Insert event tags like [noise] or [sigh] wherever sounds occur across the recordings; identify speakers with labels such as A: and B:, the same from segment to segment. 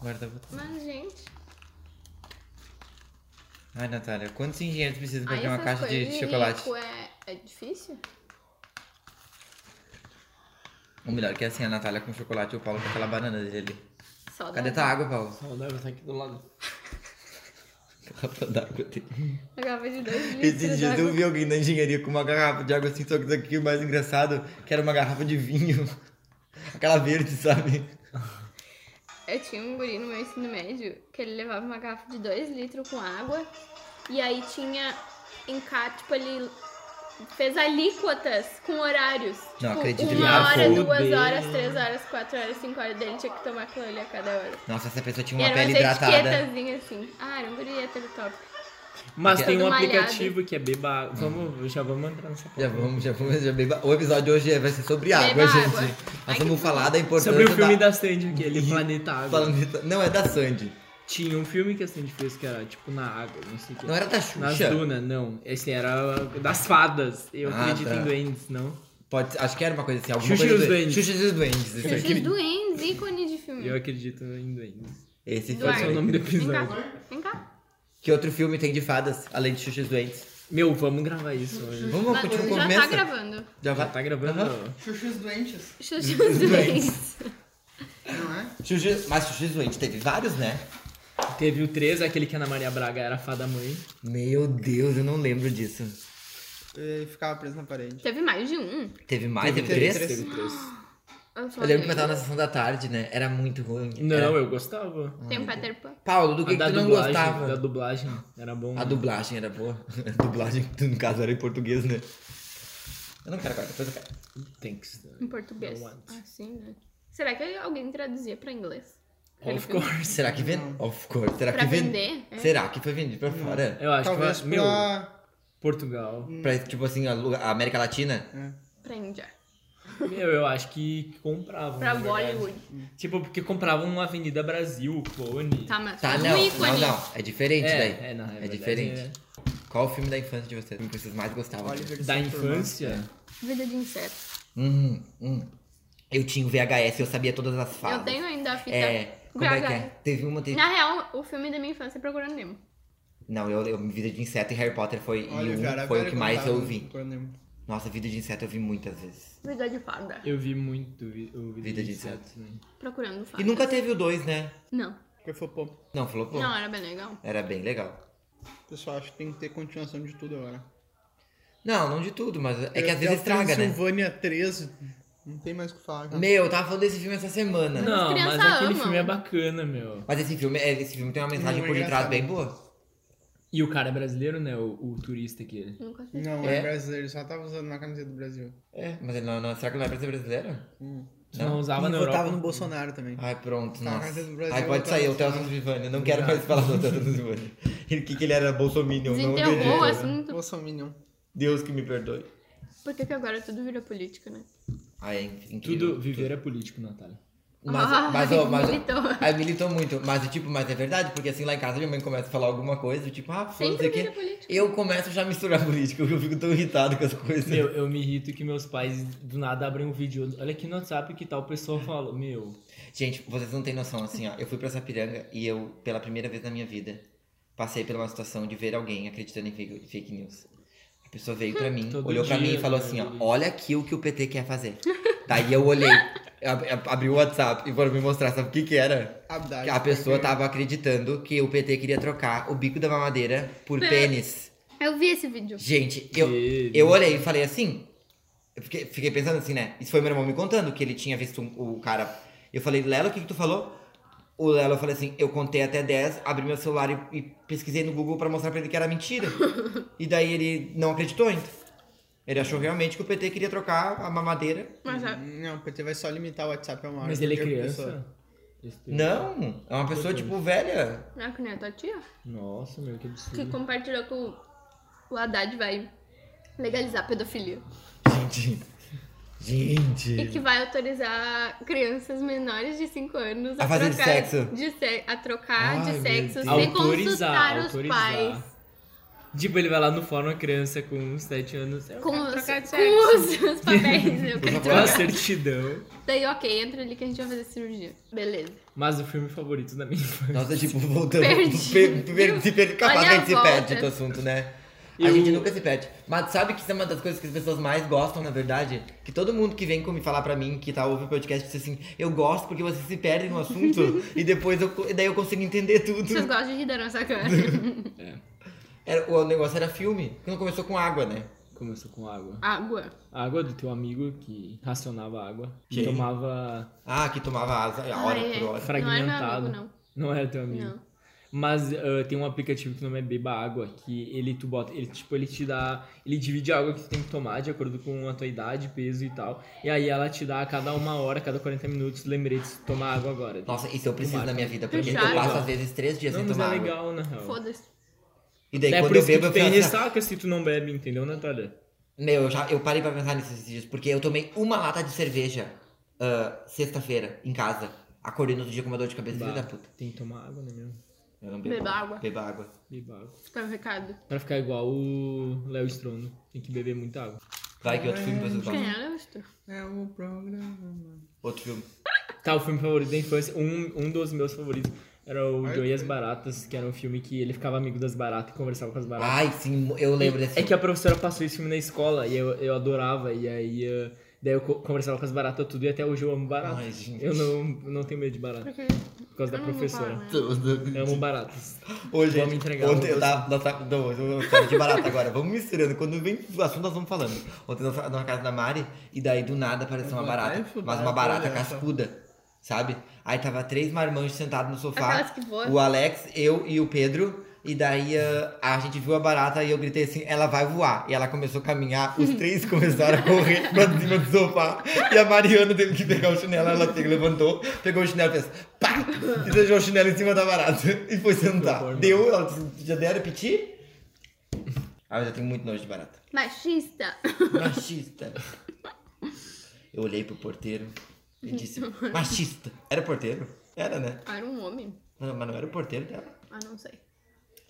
A: Guarda botão.
B: Mas, gente.
A: Ai, Natália, quantos engenheiros precisa pra
B: Aí
A: abrir uma
B: Ah, essas
A: caixa de
B: coisas
A: chocolate?
B: rico é, é difícil?
A: O melhor que é assim, a Natália com chocolate e o Paulo com aquela banana dele.
B: Só
A: Cadê
B: dá-
A: tua água, Paulo?
C: Saudável tá aqui
A: [laughs]
C: do lado.
A: Garrafa d'água tá dele.
B: Garrafa de
A: [laughs]
B: dois
A: Esses
B: litros
A: dias eu
B: d'água.
A: vi alguém na engenharia com uma garrafa de água assim, só que daqui o mais engraçado, que era uma garrafa de vinho. [laughs] Aquela verde, sabe?
B: Eu tinha um guri no meu ensino médio que ele levava uma garrafa de 2 litros com água e aí tinha encarte, tipo, ele fez alíquotas com horários.
A: Não
B: tipo,
A: acredito, ele
B: uma hora,
A: marcou.
B: duas
C: Fudeu.
B: horas, três horas, quatro horas, cinco horas dele tinha que tomar aquilo ali a cada hora.
A: Nossa, essa pessoa tinha
B: e
A: uma
B: eram
A: pele
B: umas
A: hidratada.
B: etiquetazinhas assim. Ah, era um guri hétero top.
C: Mas
A: Porque-
C: tem um
B: Todo malhado.
C: aplicativo que é beba. Vamos, já vamos entrar nessa
A: Já
C: parte.
A: vamos, já vamos, já beba. O episódio hoje é- vai ser sobre água,
B: Beba
A: gente.
B: água. Ai,
A: Nós
B: que
A: vamos
B: tudo.
A: falar da importância
C: Sobre o filme
A: da...
C: da Sandy, aquele Planeta Água.
A: Uhum. Falando de- Não, é da Sandy.
C: Tinha um filme que a Sandy fez que era tipo na água, não sei o que.
A: Não era da
C: Nas
A: Xuxa.
C: dunas, não. Esse era das fadas. Eu
A: Ah,
C: acredito
A: tá.
C: em duendes, não?
A: Pode ser- acho que era uma coisa assim, alguma
C: Xuxa e
A: coisa
C: os
A: do-
C: Duendes.
A: Xuxa e os Duendes. isso aí.
B: Esses duendes, ícone de filme.
C: Eu acredito em duendes.
A: Esse foi
B: Duarte.
C: Esse é o nome do
B: Vem cá,
C: episódio.
B: vem cá.
A: Que outro filme tem de fadas, além de Xuxa e os Duendes?
C: Meu, vamos gravar isso hoje.
A: Vamos,
B: Mas
A: continuar
B: já
A: começa.
B: tá gravando.
A: Já
C: Já
A: vai.
C: tá gravando?
A: Aham.
D: Xuxa e os doentes,
A: [laughs]
B: Xuxa e os duendes.
D: não é?
A: Xuxa- Mas Xuxa e os Duendes teve vários, né?
C: Teve o 3, aquele que a Ana Maria Braga era a fada mãe.
A: Meu Deus, eu não lembro disso.
D: Ele ficava preso na parede.
B: Teve mais de um.
A: Teve mais? Ah, Teve,
D: teve
A: três?
D: três.
C: Teve três.
B: só
A: Eu lembro que eu
B: lembro.
A: tava na sessão da tarde, né? Era muito ruim. Era-
C: Não, eu gostava.
B: Tem
A: Ah,
B: um Peter Pan.
A: Paulo, do que,
C: A
A: que
C: da
A: tu não
C: dublagem,
A: gostava?
C: da dublagem era bom.
A: A dublagem era boa. [laughs] A dublagem, no caso, era em português, né? Eu não quero agora, depois eu quero.
C: Tem que ser.
B: Em português.
C: Não antes.
B: Assim, né? Será que alguém traduzia pra inglês? Aquele
C: Of
B: filme.
C: course.
A: Será que vende? Of course. Será
B: Pra
A: que vende?
B: vender? É.
A: Será que foi vendido pra fora?
C: Eu acho
D: Talvez
C: que. Meu,
D: pra...
C: Portugal.
A: Pra, tipo assim, a, lu- a América Latina?
B: Pra Índia.
C: Meu, eu acho que compravam.
B: Pra
C: na Ah, verdade.
B: Bollywood.
C: Tipo, porque compravam uma Avenida Brasil, clone.
B: Tá, mas
A: Tá,
B: um
A: não, não,
B: ícone.
A: não. É diferente
C: É,
A: daí.
C: é, não, é verdade,
A: diferente. Qual o filme da infância de vocês? O filme que vocês mais gostavam?
D: Oliver
C: Da
D: Stone Turner.
C: infância.
B: Vida de inseto.
A: Hum, hum. Eu tinha o VHS, eu sabia todas as falas.
B: Eu tenho ainda a fita.
A: É, como é que é?
B: VHS.
A: Teve uma, teve...
B: Na real, o filme da minha infância é Procurando Nemo.
A: Não, eu, eu Vida de Inseto e Harry Potter foi, e
D: Olha,
A: um
D: cara,
A: foi o
D: agora tá
A: que mais
D: contava
A: eu vi.
D: quando eu-
A: Nossa, Vida de Inseto eu vi muitas vezes.
B: Vida de fada.
C: Eu vi muito vi- o Vida,
A: Vida
C: de
A: de
C: Insetos. né?
B: Procurando fada.
A: E nunca teve o 2, né?
B: Não.
D: Porque foi pô.
A: Não, falou pô.
B: Não, era bem legal.
A: Era bem legal.
D: Pessoal, acho que tem que ter continuação de tudo agora.
A: Não, não de tudo, mas é que
D: Eu-
A: às vezes
D: eu tenho
A: estraga, né?
D: Silvânia 13, não tem mais o que falar. cara.
A: Meu, eu tava falando desse filme essa semana.
C: Não, mas
B: crianças
C: aquele
B: amam.
C: filme é bacana, meu.
A: Mas esse filme, é- esse filme tem uma mensagem
D: Não, é
A: por detrás
D: engraçado.
A: bem boa.
C: E o cara é brasileiro, né? O, o turista aquele.
B: Nunca assisti.
D: Não,
A: É.
D: é brasileiro, só tava usando uma camiseta do Brasil.
A: É, mas ele não, não, será que não é pra ser brasileiro?
C: Tu Não, usava
D: e
C: na
D: votava
C: Europa.
D: no Bolsonaro também.
A: Ai, pronto,
D: Tá,
A: nossa.
D: mas o Brasil
A: Ai, pode
D: tá
A: sair, o
D: nacional.
A: Telson Vivani. Eu não quero mais falar do Telson Vivani. [laughs] Ele que, que ele era bolsominion, não
B: Desenterrou o
C: né?
A: acredito.
B: assunto.
D: Ah. Bolsonaro.
A: Deus que me perdoe.
B: Por que, que agora tudo vira política, né?
A: Ai, é incrível.
C: Tudo viver é político, Natália.
A: Mas,
B: Ah,
A: mas, ó,
B: [laughs]
A: mas,
B: militou.
A: Aí militou muito. Mas, tipo, mas é verdade, porque assim, lá em casa minha mãe começa a falar alguma coisa, tipo, ah, foda-se
B: Sempre
A: aqui.
B: vira política.
A: Eu começo já a misturar [laughs] política, porque eu fico tão irritado com as coisas.
C: Meu, eu me irrito que meus pais do nada abrem um vídeo. Olha aqui no WhatsApp que tal pessoa fala. Meu,
A: Gente, vocês não têm noção, assim, ó. Eu fui pra Sapiranga e eu, pela primeira vez na minha vida, passei por uma situação de ver alguém acreditando em fake fake news. A pessoa veio
C: [laughs]
A: pra mim,
C: Todo
A: olhou pra
C: dia,
A: mim e falou
C: né?
A: assim, ó.
C: Todo dia.
A: Olha aqui o que o PT quer fazer. Daí eu olhei, [laughs] ab- ab- abri o WhatsApp e foram me mostrar, sabe o que que era?
D: Haddad.
A: Que a pessoa tava acreditando que o PT queria trocar o bico da mamadeira por
C: Né?
A: pênis.
B: Eu vi esse vídeo.
A: Gente, eu,
C: Que
A: eu olhei e falei assim. Eu fiquei, fiquei pensando assim, né? Isso foi meu irmão me contando que ele tinha visto um- o cara. Eu falei, Lelo, o que, que tu falou? O Lelo eu falei assim: eu contei até 10, abri meu celular e, e pesquisei no Google pra mostrar pra ele que era mentira. e daí ele não acreditou ainda. Ele achou realmente que o PT queria trocar a mamadeira.
B: Mas a-
D: Não, o PT vai só limitar o WhatsApp a uma hora.
C: mas
D: por
C: ele é
D: dia por pessoa.
C: criança? Esse teu-
A: Não, é uma pessoa, tipo, velha.
B: Não é que nem a tua tia,
C: Nossa, meu, que
B: que
A: Uhum.
C: absurdo.
B: compartilhou que o, o Haddad vai legalizar a pedofilia.
A: Gente. Gente.
B: E que vai autorizar crianças menores de 5 anos
A: A fazer
B: trocar
A: sexo.
B: de se- a trocar
A: Ai,
B: de
A: meu
B: sexo
A: Deus.
B: sem
C: Autorizar,
B: consultar os
C: autorizar.
B: pais.
C: Tipo, ele vai lá no fórum, a criança com uns 7 anos. Eu
B: Com
C: quero
B: os,
C: trocar de sexo.
B: com os, os papéis.
A: [laughs]
B: Eu quero
C: Com a
B: trocar.
C: certidão.
B: Daí, ok, entra ali que a gente vai fazer cirurgia. Beleza.
C: Mas o filme favorito da minha infância.
A: Nossa, tipo, voltando.
B: Perdi.
A: Per, per, se per, capaz
B: Olha
A: que a
B: a
A: gente se
B: volta.
A: perde do assunto, né? A
C: Eu-
A: gente nunca se perde. Mas sabe que isso é uma das coisas que as pessoas mais gostam, na verdade? Que todo mundo que vem com- me falar pra mim, que tá ouvindo o podcast, diz assim, eu gosto porque vocês se perdem no
B: [laughs]
A: assunto e depois eu, co- daí eu consigo entender tudo.
B: Vocês gostam de rir da
A: [laughs]
B: nossa cara.
A: Era- o negócio era filme, que não começou com água, né?
C: Começou com água.
B: Água.
C: A água é do teu amigo que racionava água. Que
A: Quem?
C: tomava.
A: Ah, que tomava asa, a hora
B: Ai,
A: por hora.
B: Não é meu
C: Fragmentado. Hum.
B: amigo, não.
C: Não era teu amigo.
B: Não.
C: Mas ah, tem um aplicativo que o nome é Beba Água, que ele tu bota, ele tipo, ele te dá, ele divide a água que tu tem que tomar de acordo com a tua idade, peso e tal. E aí ela te dá a cada uma hora, a cada 40 minutos, lembretes de tomar água agora.
A: Nossa, isso eu preciso
C: Marca.
A: na minha vida, porque eu
B: Puxado.
A: passo às vezes três dias
C: não,
A: sem
C: mas
A: tomar
C: é
A: água.
C: legal, na real.
B: Foda-se.
A: E daí
C: é
A: quando
C: por
A: eu
C: isso que
A: bebo,
C: tu
A: eu
C: tem
A: fico assim, Ah, ó,
C: ressaca se tu não bebe, entendeu, Natália?
A: Meu, eu, já, eu parei pra pensar nesses dias, porque eu tomei uma lata de cerveja ah, sexta-feira em casa. Acordei no outro dia com uma dor de cabeça, filho
C: Bah,
A: da puta.
C: Tem que tomar água, né, meu?
A: Eu não
B: Beba água.
A: Beba água.
C: Beba água.
B: Tá o recado.
C: Pra ficar igual o Léo Strono, tem que beber muita água.
A: Vai que outro filme pra vocês
B: Quem
A: gostam.
B: era tu?
D: É o programa.
A: Outro filme.
C: Tá, o filme favorito da infância, um, um dos meus favoritos era o
D: Ai,
C: Joey e as
D: foi.
C: Baratas, que era um filme que ele ficava amigo das baratas e conversava com as baratas.
A: Ai, sim, eu Ah, lembro desse
C: É
A: filme.
C: que a professora passou esse filme na escola e eu, eu adorava, e aí eh, daí eu co- conversava com as baratas tudo e até hoje eu amo baratas.
A: Ai, gente.
C: eu não, não tenho medo de barata,
B: Porque
C: por causa
B: eu
C: da
B: não vou
C: professora.
B: falar, né?
C: Eu amo baratas.
A: Ô,
C: Vamos entregar
A: ontem
C: o-
A: eu tava, nós tava- não, hoje eu tava de barato agora. Vamos misturando. Quando vem o assunto, nós vamos falando. Ontem nós tava na casa da Mari, e daí do nada apareceu uma
D: vou
A: barata.
D: até fudar
A: Mas uma
D: a
A: barata
D: colher, só.
A: cascuda, sabe? Aí tava três marmanjos sentados no sofá.
B: Aquelas que voam.
A: O Alex, eu e o Pedro. E daí ah, a gente viu a barata e eu gritei assim, ela vai voar. E ela começou a caminhar, os três começaram a correr pra cima do sofá. E a Mariana teve que pegar o chinelo, ela se levantou, pegou o chinelo e fez pá! E deixou o chinelo em cima da barata. E foi sentar.
C: horror, mano.
A: Deu, ela disse, já deram repetir? Ah, mas eu tenho muito nojo de barata.
B: Machista. [laughs]
A: Machista. Eu olhei pro porteiro e disse, machista. Era porteiro? Era, né?
B: Era um homem.
A: Não, mas não era o porteiro dela.
B: Ah, não sei.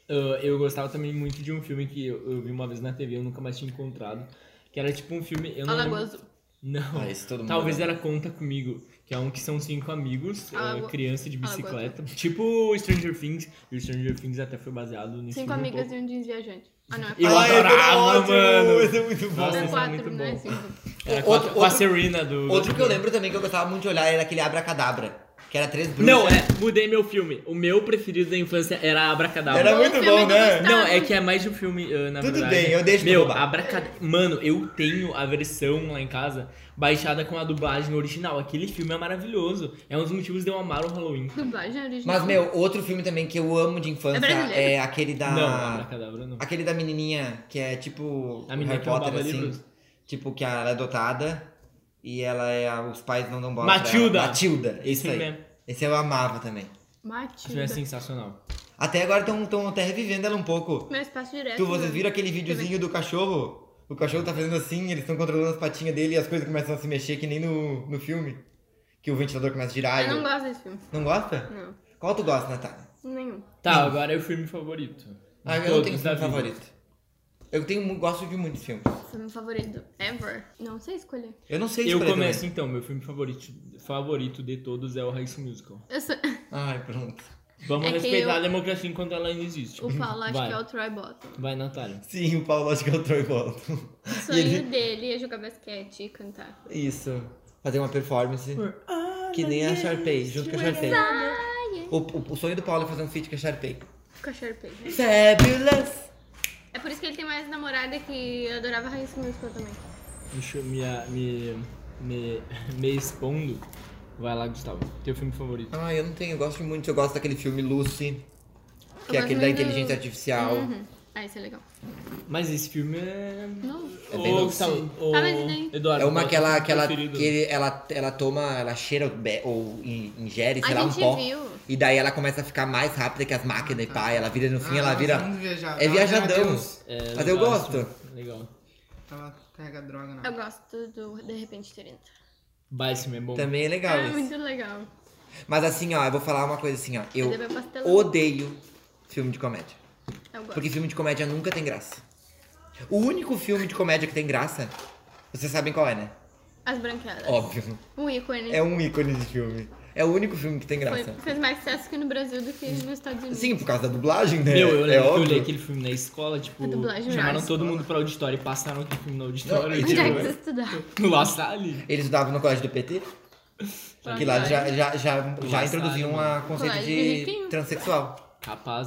C: Eh, eu gostava também muito de um filme que eu, eu vi uma vez na TV, eu nunca mais tinha encontrado, que era tipo um filme... Eu não
B: Alagoa
C: lembro-
B: Azul.
C: Não.
A: Ah, esse todo mundo
C: Talvez
A: lembra.
C: era Conta Comigo, que é um que são cinco amigos, eh,
B: Alagoa-
C: criança de
B: Alagoa
C: bicicleta, tipo Stranger Things, e o StrangerIngs até foi baseado nesse
B: Cinco
C: filme um
B: amigas
C: pouco.
B: e um jeans viajante. Ah, não, é
C: Eu
B: quatro.
A: Ai, esse era
C: adorava,
A: ótimo,
C: mano.
A: Esse é muito bom.
C: Nossa,
B: É
C: esse é muito
B: quatro, não é
C: bom.
B: cinco.
C: Era com, a-
A: Outro-
C: com a
A: outro-
C: Serena do.
A: Outro que eu lembro também que eu gostava muito de olhar era aquele Abracadabra, que era três bruxas.
C: Não, é, mudei meu filme. O meu preferido da infância era Abracadabra.
A: Era
B: Bom
A: muito
B: filme
A: bom,
B: do
A: né?
B: Gustavo.
C: Não, é que é mais de um filme, ah, na
A: Tudo
C: verdade.
A: bem, eu deixo tu
C: Meu,
A: roubar.
C: Abracadabra. Mano, eu tenho a versão lá em casa baixada com a dublagem original. Aquele filme é maravilhoso. É um dos motivos de eu amar o Halloween.
B: Dublagem original.
A: Mas, meu, outro filme também que eu amo de infância
B: É brasileiro?
A: é, aquele da.
C: Não, Abracadabra não.
A: Aquele da menininha que é tipo.
C: A menina um
A: Harry
C: que
A: Potter,
C: roubava
A: assim.
C: livros?
A: Tipo, que ela é adotada e ela é. a- Os pais não dão bola.
C: Matilda!
A: Pra ela. Matilda,
C: Esse
A: isso
C: filme
A: aí.
C: é-
A: Esse eu amava também.
C: Esse filme
B: Matilda.
C: é sensacional.
A: Até agora estão até revivendo ela um pouco.
B: Meu espaço direto.
A: Tu, vocês
B: né?
A: viram aquele videozinho do cachorro? O cachorro tá fazendo assim, eles estão controlando as patinhas dele e as coisas começam a se mexer que nem no, no filme. Que o ventilador começa a girar.
B: Eu
A: e...
B: não gosto desse filme.
A: Não gosta?
B: Não.
A: Qual tu gosta, Natália?
B: Nenhum.
C: Tá, agora é o filme favorito. De
A: Hum. Ah, eu não
C: todos
A: tenho
C: da
A: filme
C: vida.
A: favorito. Eu tenho, mu- gosto de muitos filmes.
B: Filme é favorito ever. Não sei escolher.
A: Eu não sei
C: Eu
A: escolher
C: começo então, meu filme favorito, favorito de todos é o High School Musical.
B: Eu sou... [laughs]
A: também. Ai, pronto.
C: Vamos
B: É que
C: respeitar
B: eu-
C: a democracia enquanto ela ainda existe.
B: O Paulo acho
C: Vai.
B: que é o Troy Bottom.
C: Vai, Natália.
A: Sim, o Paulo acho que é o Troy Bolton.
B: O sonho dele é jogar basquete e cantar.
A: [laughs] Isso. Fazer uma performance. Que nem a Sharpay, junto com a Sharpay. O, o, o sonho do Paulo é fazer um feat com a Sharpay.
B: Fica Sharpay.
A: Fabulous!
B: É por isso que ele tem mais namorada que adorava High School Musical também.
C: Deixa eu me, me, me, [laughs] me expondo. Vai lá, Gustavo. Teu filme favorito.
A: Ah, eu não tenho, eu gosto de muitos. Eu gosto daquele filme Lucy,
B: Eu
A: que é aquele
B: gosto
A: da
B: muito do-
A: inteligência artificial.
B: Uhum. Ah, isso é legal.
C: Mas esse filme é.
B: Não.
A: É bem
C: Ô,
A: louco.
C: Gustavo, ô,
B: Tá, mas e daí?
C: Eduardo.
A: É uma
C: qual
A: que ela,
C: teu
A: que ela,
C: preferido?
A: que ele- ela, ela toma, ela cheira o be- ou in- ingere, sei
B: A
A: lá, um
B: gente
A: pó.
B: viu. Ah, tá.
A: E daí ela começa a ficar mais rápida que as máquinas e pá, ela vira no fim,
D: Ah,
A: ela vira. É viajadão.
C: É,
A: Mas
C: legal
A: eu
C: esse
A: gosto.
C: filme, Legal.
D: Ela carrega droga
B: Eu
D: na.
B: gosto do De Repente 30.
C: Vai, esse filme é bom.
A: Também é legal
B: É
A: isso.
B: muito legal.
A: Mas assim, ó, eu vou falar uma coisa assim, ó. Eu
B: Cadê meu pastelão?
A: odeio filme de comédia.
B: Eu gosto.
A: Porque filme de comédia nunca tem graça. O único filme de comédia que tem graça, vocês sabem qual é, né?
B: As Branquelas.
A: Óbvio.
B: Um ícone.
A: É um ícone de filme. É o único filme que tem
B: Foi-
A: graça.
B: fez mais sucesso aqui no Brasil do que nos Estados Unidos.
A: Sim, por causa da dublagem, né?
C: Meu, eu
A: é
C: lembro que eu
A: óbvio.
C: olhei aquele filme na escola, tipo,
B: A É dublagem
C: chamaram
B: na
C: todo mundo pra auditório e passaram aquele filme no
A: Não,
C: auditório,
A: é
B: Onde é
A: tipo-
B: que
C: tipo,
B: você estudava?
C: no La Salle.
A: Eles estudavam no colégio do PT, que lá eles já, é já, já, já
C: Engraçado,
A: introduziam o conceito
B: Colégio de
A: de
B: riquinho.
A: transexual.
C: Capaz,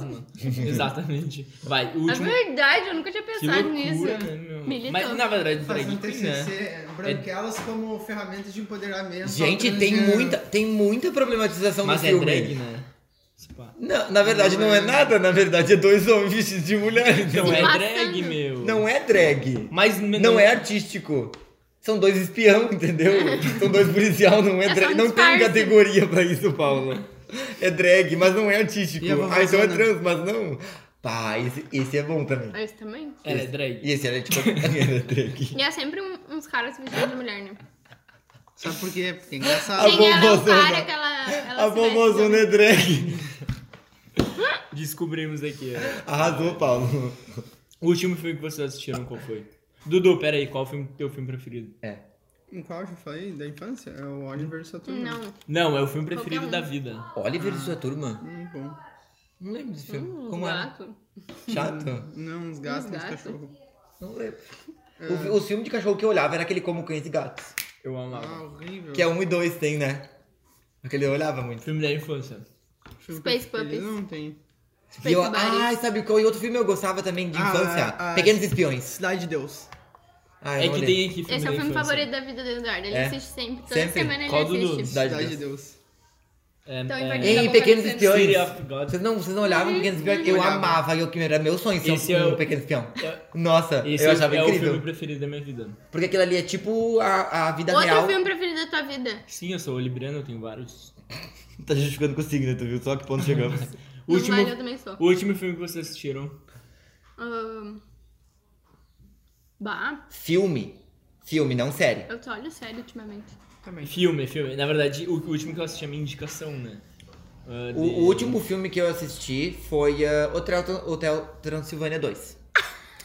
A: [laughs]
C: mano. Exatamente. Vai,
B: É
C: o último.
B: verdade, eu nunca tinha
C: Que
B: pensado nisso.
C: loucura, né, meu?
B: Militante.
C: Mas na verdade, drag
A: um
D: Fazendo
C: queen, né?
D: TCC, branquelas como ferramenta de empoderamento.
A: Gente,
D: ao
A: tem
D: transgênero.
A: muita, tem muita problematização
C: Mas
A: no
C: é
A: filme.
C: drag, né? Se pá.
A: Não, na verdade não,
D: Não
A: é.
D: é.
A: nada, na verdade é dois homens vestidos de mulher. Então
C: Não é
B: Passando.
C: drag, meu.
A: Não é drag.
C: Mas
A: Não é artístico. São dois espião, entendeu? São dois policial, não é,
B: É só
A: drag.
B: um
A: Não tem
B: disfarce.
A: categoria pra isso, Paulo. É drag, mas não é artístico.
D: E a
A: Ah, então é
D: vovózona?
A: trans, mas não. Pá, esse, esse é bom também.
B: Ah, Esse também?
C: Ela é drag.
A: E esse era tipo. [laughs] era drag.
B: E é sempre um- uns caras vestidos de mulher, né?
D: Sabe por quê? Porque é engraçado.
A: A
B: Quem era o
A: vovózona.
B: cara que ela, ela
A: A
B: se veste
A: vovózona é drag.
C: Descobrimos aqui. ó.
A: Arrasou, Paulo.
C: O último filme que vocês assistiram, qual foi? Dudu, pera aí, qual foi o teu filme preferido?
D: Em qual eu falei? Da infância? É o Oliver Saturno.
B: Não.
C: Não, é o filme preferido
B: Qualquer
C: da
B: um.
C: vida.
A: Oliver e
B: Ah.
A: sua turma?
D: Hum, bom.
A: Não lembro desse filme.
B: Hum,
A: Como era?
B: gato.
A: Chato?
D: Não, uns gatos,
B: Uns
D: uns
B: gatos.
D: cachorros.
A: Não lembro. O, fi- o filme de cachorro que eu olhava era aquele Como Cães e Gatos.
C: Eu
D: Ah,
C: amava.
D: horrível.
A: Que é um e dois, tem, né? Aquele eu olhava muito.
C: Filme da infância.
D: Filme
B: Space Puppies.
D: preferido? Não tem.
A: E eu,
B: Space Buddies.
A: ai, sabe qual? E outro filme eu gostava também de
D: Ah,
A: infância?
D: ah,
A: Pequenos Espiões.
D: Cidade de Deus.
A: Ah, eu
C: É
A: não
C: que
A: olhei.
C: tem aqui filme
B: Esse é
C: da
B: o filme
C: infância.
B: favorito da vida do Eduardo. Ele
A: É.
B: assiste sempre. Toda
A: Sempre.
B: semana ele
C: Qual do
B: assiste.
A: Cidade de
D: Cidade de
A: Deus.
D: Deus.
C: É,
B: Então,
C: é-
B: invertido.
A: Ei,
B: Acabou
A: Pequenos
B: parecendo.
A: Espiões.
C: City of God.
A: Vocês não, vocês não olhavam Pequenos Espiões? Eu
D: Olhava.
A: amava, eu, que era meu sonho ser
C: Esse
A: um,
C: é o-
A: Pequeno Espião.
C: é-
A: Nossa,
C: Esse
A: eu
C: é o-
A: achava
C: é o
A: incrível.
C: filme preferido da minha vida.
A: Porque aquilo ali é tipo a, a vida
B: Outro
A: real.
B: filme preferido da tua vida.
C: Sim, eu sou libriano, eu tenho vários.
A: Tá justificando com o signo, tu viu? Só que ponto chegamos.
C: O último,
B: Não vale, eu também sou.
C: o último filme que vocês assistiram.
B: Ahn, Bah,
A: [laughs] filme. Filme, não série.
B: eu tô olho sério ultimamente.
D: Também.
C: Filme, filme. Na verdade, o, o último que eu assisti é a minha indicação, né? Ah,
A: O,
C: de-
A: o último filme que eu assisti foi ah, Hotel, Tran- Hotel Transilvânia 2.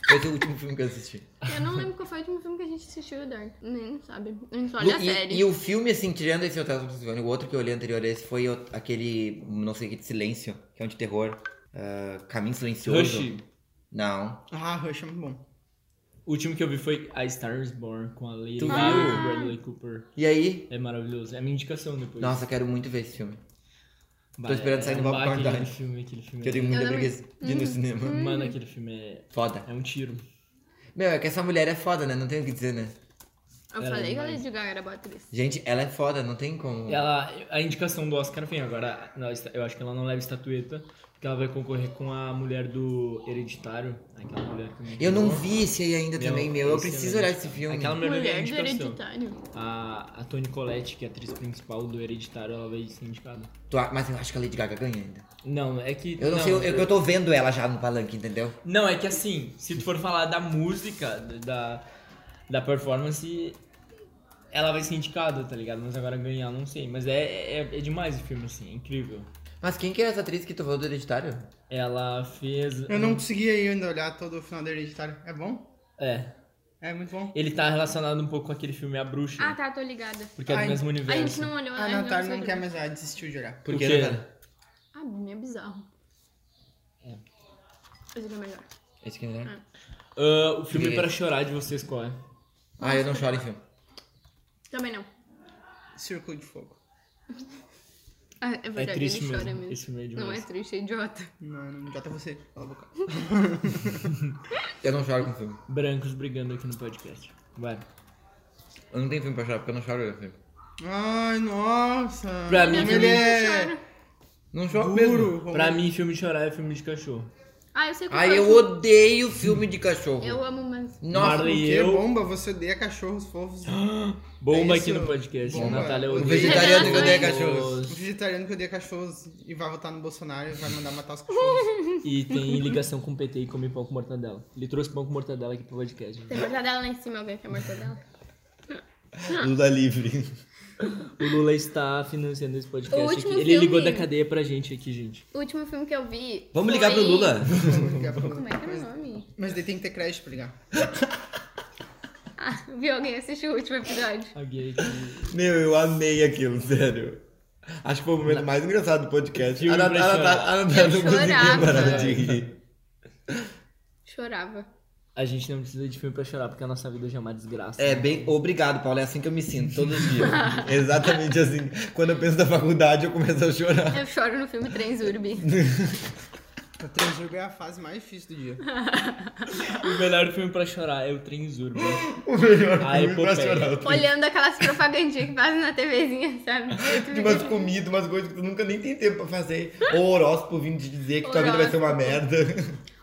A: Foi o último filme que eu assisti.
B: Eu não lembro qual foi o último filme que a gente assistiu, Eduardo. Nem sabe. A gente só
A: Lu-
B: olha a
A: e-
B: série.
A: E, o filme, assim, tirando esse Hotel Transilvânia, o outro que eu olhei anterior a esse foi o- aquele, não sei o que, de Silêncio, que é um de terror. Ah, Caminho Silencioso.
C: Rush.
A: Não.
D: Ah, Rush é muito bom.
C: O último que eu vi foi A Star is Born com a Lady
A: Tu viu?
C: e o Bradley Cooper.
A: E aí?
C: É maravilhoso. É a minha indicação depois.
A: Nossa, eu quero muito ver esse filme.
C: Bah,
A: tô esperando
C: é-
A: sair no
C: é um
A: Bob
C: baque
A: Cordai.
C: Aquele filme, aquele filme. é
A: Que eu "Hum." tenho muita
B: Eu também. Hum.
A: preguiça de ir no cinema.
C: Mano, aquele filme é,
A: Foda.
C: é um tiro.
A: Meu, é que essa mulher é foda, né? Não tem o que dizer, né?
B: Eu
C: Era
B: falei que a
C: é demais.
B: Lady Gaga era boa atriz.
A: Gente, ela é foda, não tem como.
C: Ela, a indicação do Oscar vem agora. não, esta- eu acho que ela não leva estatueta, porque ela vai concorrer com a mulher do Hereditário. Aquela mulher que
A: Eu não vi esse aí ainda também, meu. Eu
C: esse
A: preciso
C: é assim,
A: olhar esse
C: legal.
A: filme.
C: Aquela mulher,
B: Mulher
C: mulher
B: do
C: indicação.
B: Hereditário.
C: A, a Toni Collette, que é a atriz principal do Hereditário, ela vai ser indicada.
A: Tu a- Mas eu acho que a Lady Gaga ganha ainda.
C: Não, é que.
A: Eu não, sei, eu, eu- eu tô vendo ela já no palanque, entendeu?
C: Não, é que assim, se tu for falar da música, da, da performance, ela vai ser indicada, tá ligado? Mas agora ganhar, não sei. Mas é, é, é demais o filme, assim, é incrível.
A: Mas quem que é essa atriz que tu falou do Hereditário?
C: Ela fez.
D: Eu não consegui ainda olhar todo o final da Hereditário. É bom?
C: É.
D: É muito bom.
C: Ele tá relacionado um pouco com aquele filme A Bruxa.
B: Ah, tá, tô ligada.
C: Porque é do
D: Ai,
C: mesmo
B: A
C: universo.
B: gente Ah, não olhou
D: A
B: gente
D: Natália
B: sabe.
D: Ah, não quer mais olhar, desistiu de olhar.
A: Por
C: O
A: que,
C: quê?
A: Natália?
B: Ah, Bruno, é bizarro.
C: É.
B: Esse aqui é melhor.
A: Esse que é melhor?
C: Ah, o filme
A: Porque-
C: pra chorar de vocês qual é?
A: Ah, eu não choro em filme.
B: Também não.
D: Círculo de Fogo.
B: Ah, é verdade,
C: triste
B: ele chora
C: mesmo,
B: mesmo.
C: esse filme é demais.
B: não é triste, é idiota.
D: Não, não já tá você. Cala a boca.
A: Eu não choro com filme.
C: Brancos brigando aqui no podcast. Vai.
A: Eu não tenho filme pra chorar, porque eu não choro em filme.
D: Ai, nossa.
C: Pra mim,
D: Como
C: também
B: Eu
D: ele é
B: choro.
A: Não choro mesmo.
D: duro. como-
C: Pra mim, filme de chorar é filme de cachorro.
B: Ah, eu sei qual
A: Ai,
B: é.
A: eu odeio filme de cachorro.
B: Eu amo, mas...
A: Nossa,
C: Marley
D: Que
C: e eu.
D: bomba, você odeia cachorros fofos.
C: Bomba
D: É
C: aqui
D: isso.
C: no podcast.
D: Bomba.
C: Natália
A: o
C: odeia.
A: vegetariano que odeia
B: Revelações.
A: cachorro.
D: O vegetariano que odeia cachorros e vai votar no Bolsonaro e vai mandar matar os cachorros.
C: E tem ligação com o PT e come pão com mortadela. Ele trouxe pão com mortadela aqui pro podcast.
B: Tem mortadela lá em cima, alguém quer mortadela?
A: Lula livre.
C: O Lula está financiando esse podcast
B: O
C: aqui.
B: último
C: Ele ligou
B: filme.
C: da cadeia pra gente aqui, gente.
B: O último filme que eu vi.
A: Vamos
B: foi-
A: ligar pro Lula.
B: Como é que era o nome?
D: Mas daí tem que ter crédito tá pra ligar.
B: Ah, [laughs] viu alguém assistiu o último episódio?
C: Alguém aqui.
A: Meu, eu amei aquilo, sério. Acho que foi o momento mais engraçado do podcast. tá-
C: Eu
A: A Natália- a Natália- a Natália não
B: Eu
A: conseguia
B: chorava.
A: parar de rir.
B: Chorava.
C: A gente não precisa de filme pra chorar, porque a nossa vida já é uma desgraça.
A: É, bem, obrigado, Paulo. É assim que eu me sinto todos os dias. Exatamente assim. Quando eu penso na faculdade, eu começo a chorar.
B: Eu choro no
A: [laughs]
B: filme Transurbi.
D: A transjurba é a fase mais difícil do dia.
C: O melhor filme pra chorar é o Trem Zurba.
A: [laughs] O melhor
C: Ah,
A: filme pra
C: epopeia.
A: chorar.
B: Olhando aquelas propagandinhas que fazem na TVzinha,
A: [laughs]
B: sabe?
A: De umas comidas, umas coisas que tu nunca nem tem tempo pra fazer. Ou horóscopo vindo te dizer que tua vida vai ser uma merda.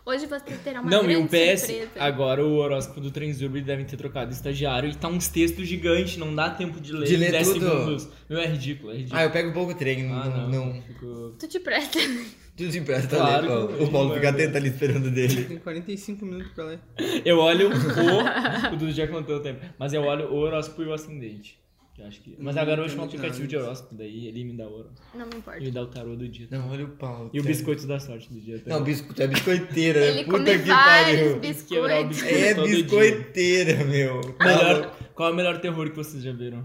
B: Hoje você terá uma
C: não,
B: grande
C: e o PS,
B: surpresa.
C: agora o horóscopo do Transurb devem ter trocado estagiário e tá uns textos gigantes, não dá tempo de ler.
A: De ler
C: 10
A: tudo.
C: segundos. Meu, é ridículo, é ridículo.
A: Ah, eu pego pouco trem.
C: Ah,
A: não, não.
C: fico-
B: Tu te presta. [laughs]
A: Tu te empresta
C: Claro
A: ali,
C: que
A: Paulo.
C: não.
A: O Paulo fica atento ali esperando dele.
D: Tem 45 minutos pra ler.
C: Eu olho
A: [laughs]
C: o. O Dudu já contou o tempo. Mas eu olho o horóscopo e o ascendente. Eu acho que... Mas
A: Uhum,
D: Hum,
C: agora eu
D: não
C: uso um
D: entendi
C: aplicativo
D: nada
C: de horóscopo, daí ele me dá o horóscopo.
B: Não me
C: Ele me
B: importa.
C: dá o tarô do dia.
A: Não, olha o Paulo.
C: E o
A: tá-
C: biscoito da sorte do dia também.
A: Não, bisco, tu é biscoiteira. né?
B: Ele
A: Puta
B: come
A: que
B: vários
A: pariu.
C: Quebrar o
B: biscoitos. [laughs]
C: biscoito.
A: É
C: todo
A: biscoiteira, meu.
C: Melhor- Qual é o melhor terror que vocês já viram?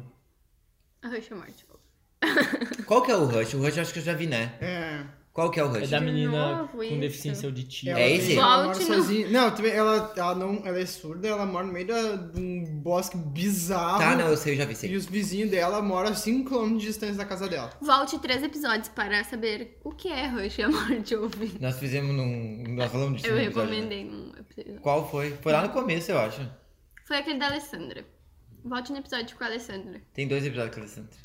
B: Arrocha é morte. tipo.
A: Qual que é o Rush? O Rush eu acho que eu já vi, né?
D: É.
A: Qual que é o
C: É
A: Rush?
C: da menina
B: novo
C: com
B: isso.
C: deficiência auditiva.
D: Ela-
A: É esse?
D: Ela mora
B: Volte no-
D: sozinha. Não, também ela, ela não. Ela é surda, ela mora no meio da- de um bosque bizarro.
A: Tá, não, eu sei, eu já vi,
D: E
A: sei.
D: os vizinhos dela moram a 5km de distância da casa dela.
B: Volte três episódios para saber o que é Rush e a Morte Ouvinte.
A: Nós fizemos num... Nós falamos disso
B: Eu
A: no episódio, né?
B: recomendei um episódio.
A: Qual foi? Foi lá no começo, eu acho.
B: Foi aquele da Alessandra. Volte no episódio com a Alessandra. [laughs]
A: Tem dois episódios com a Alessandra.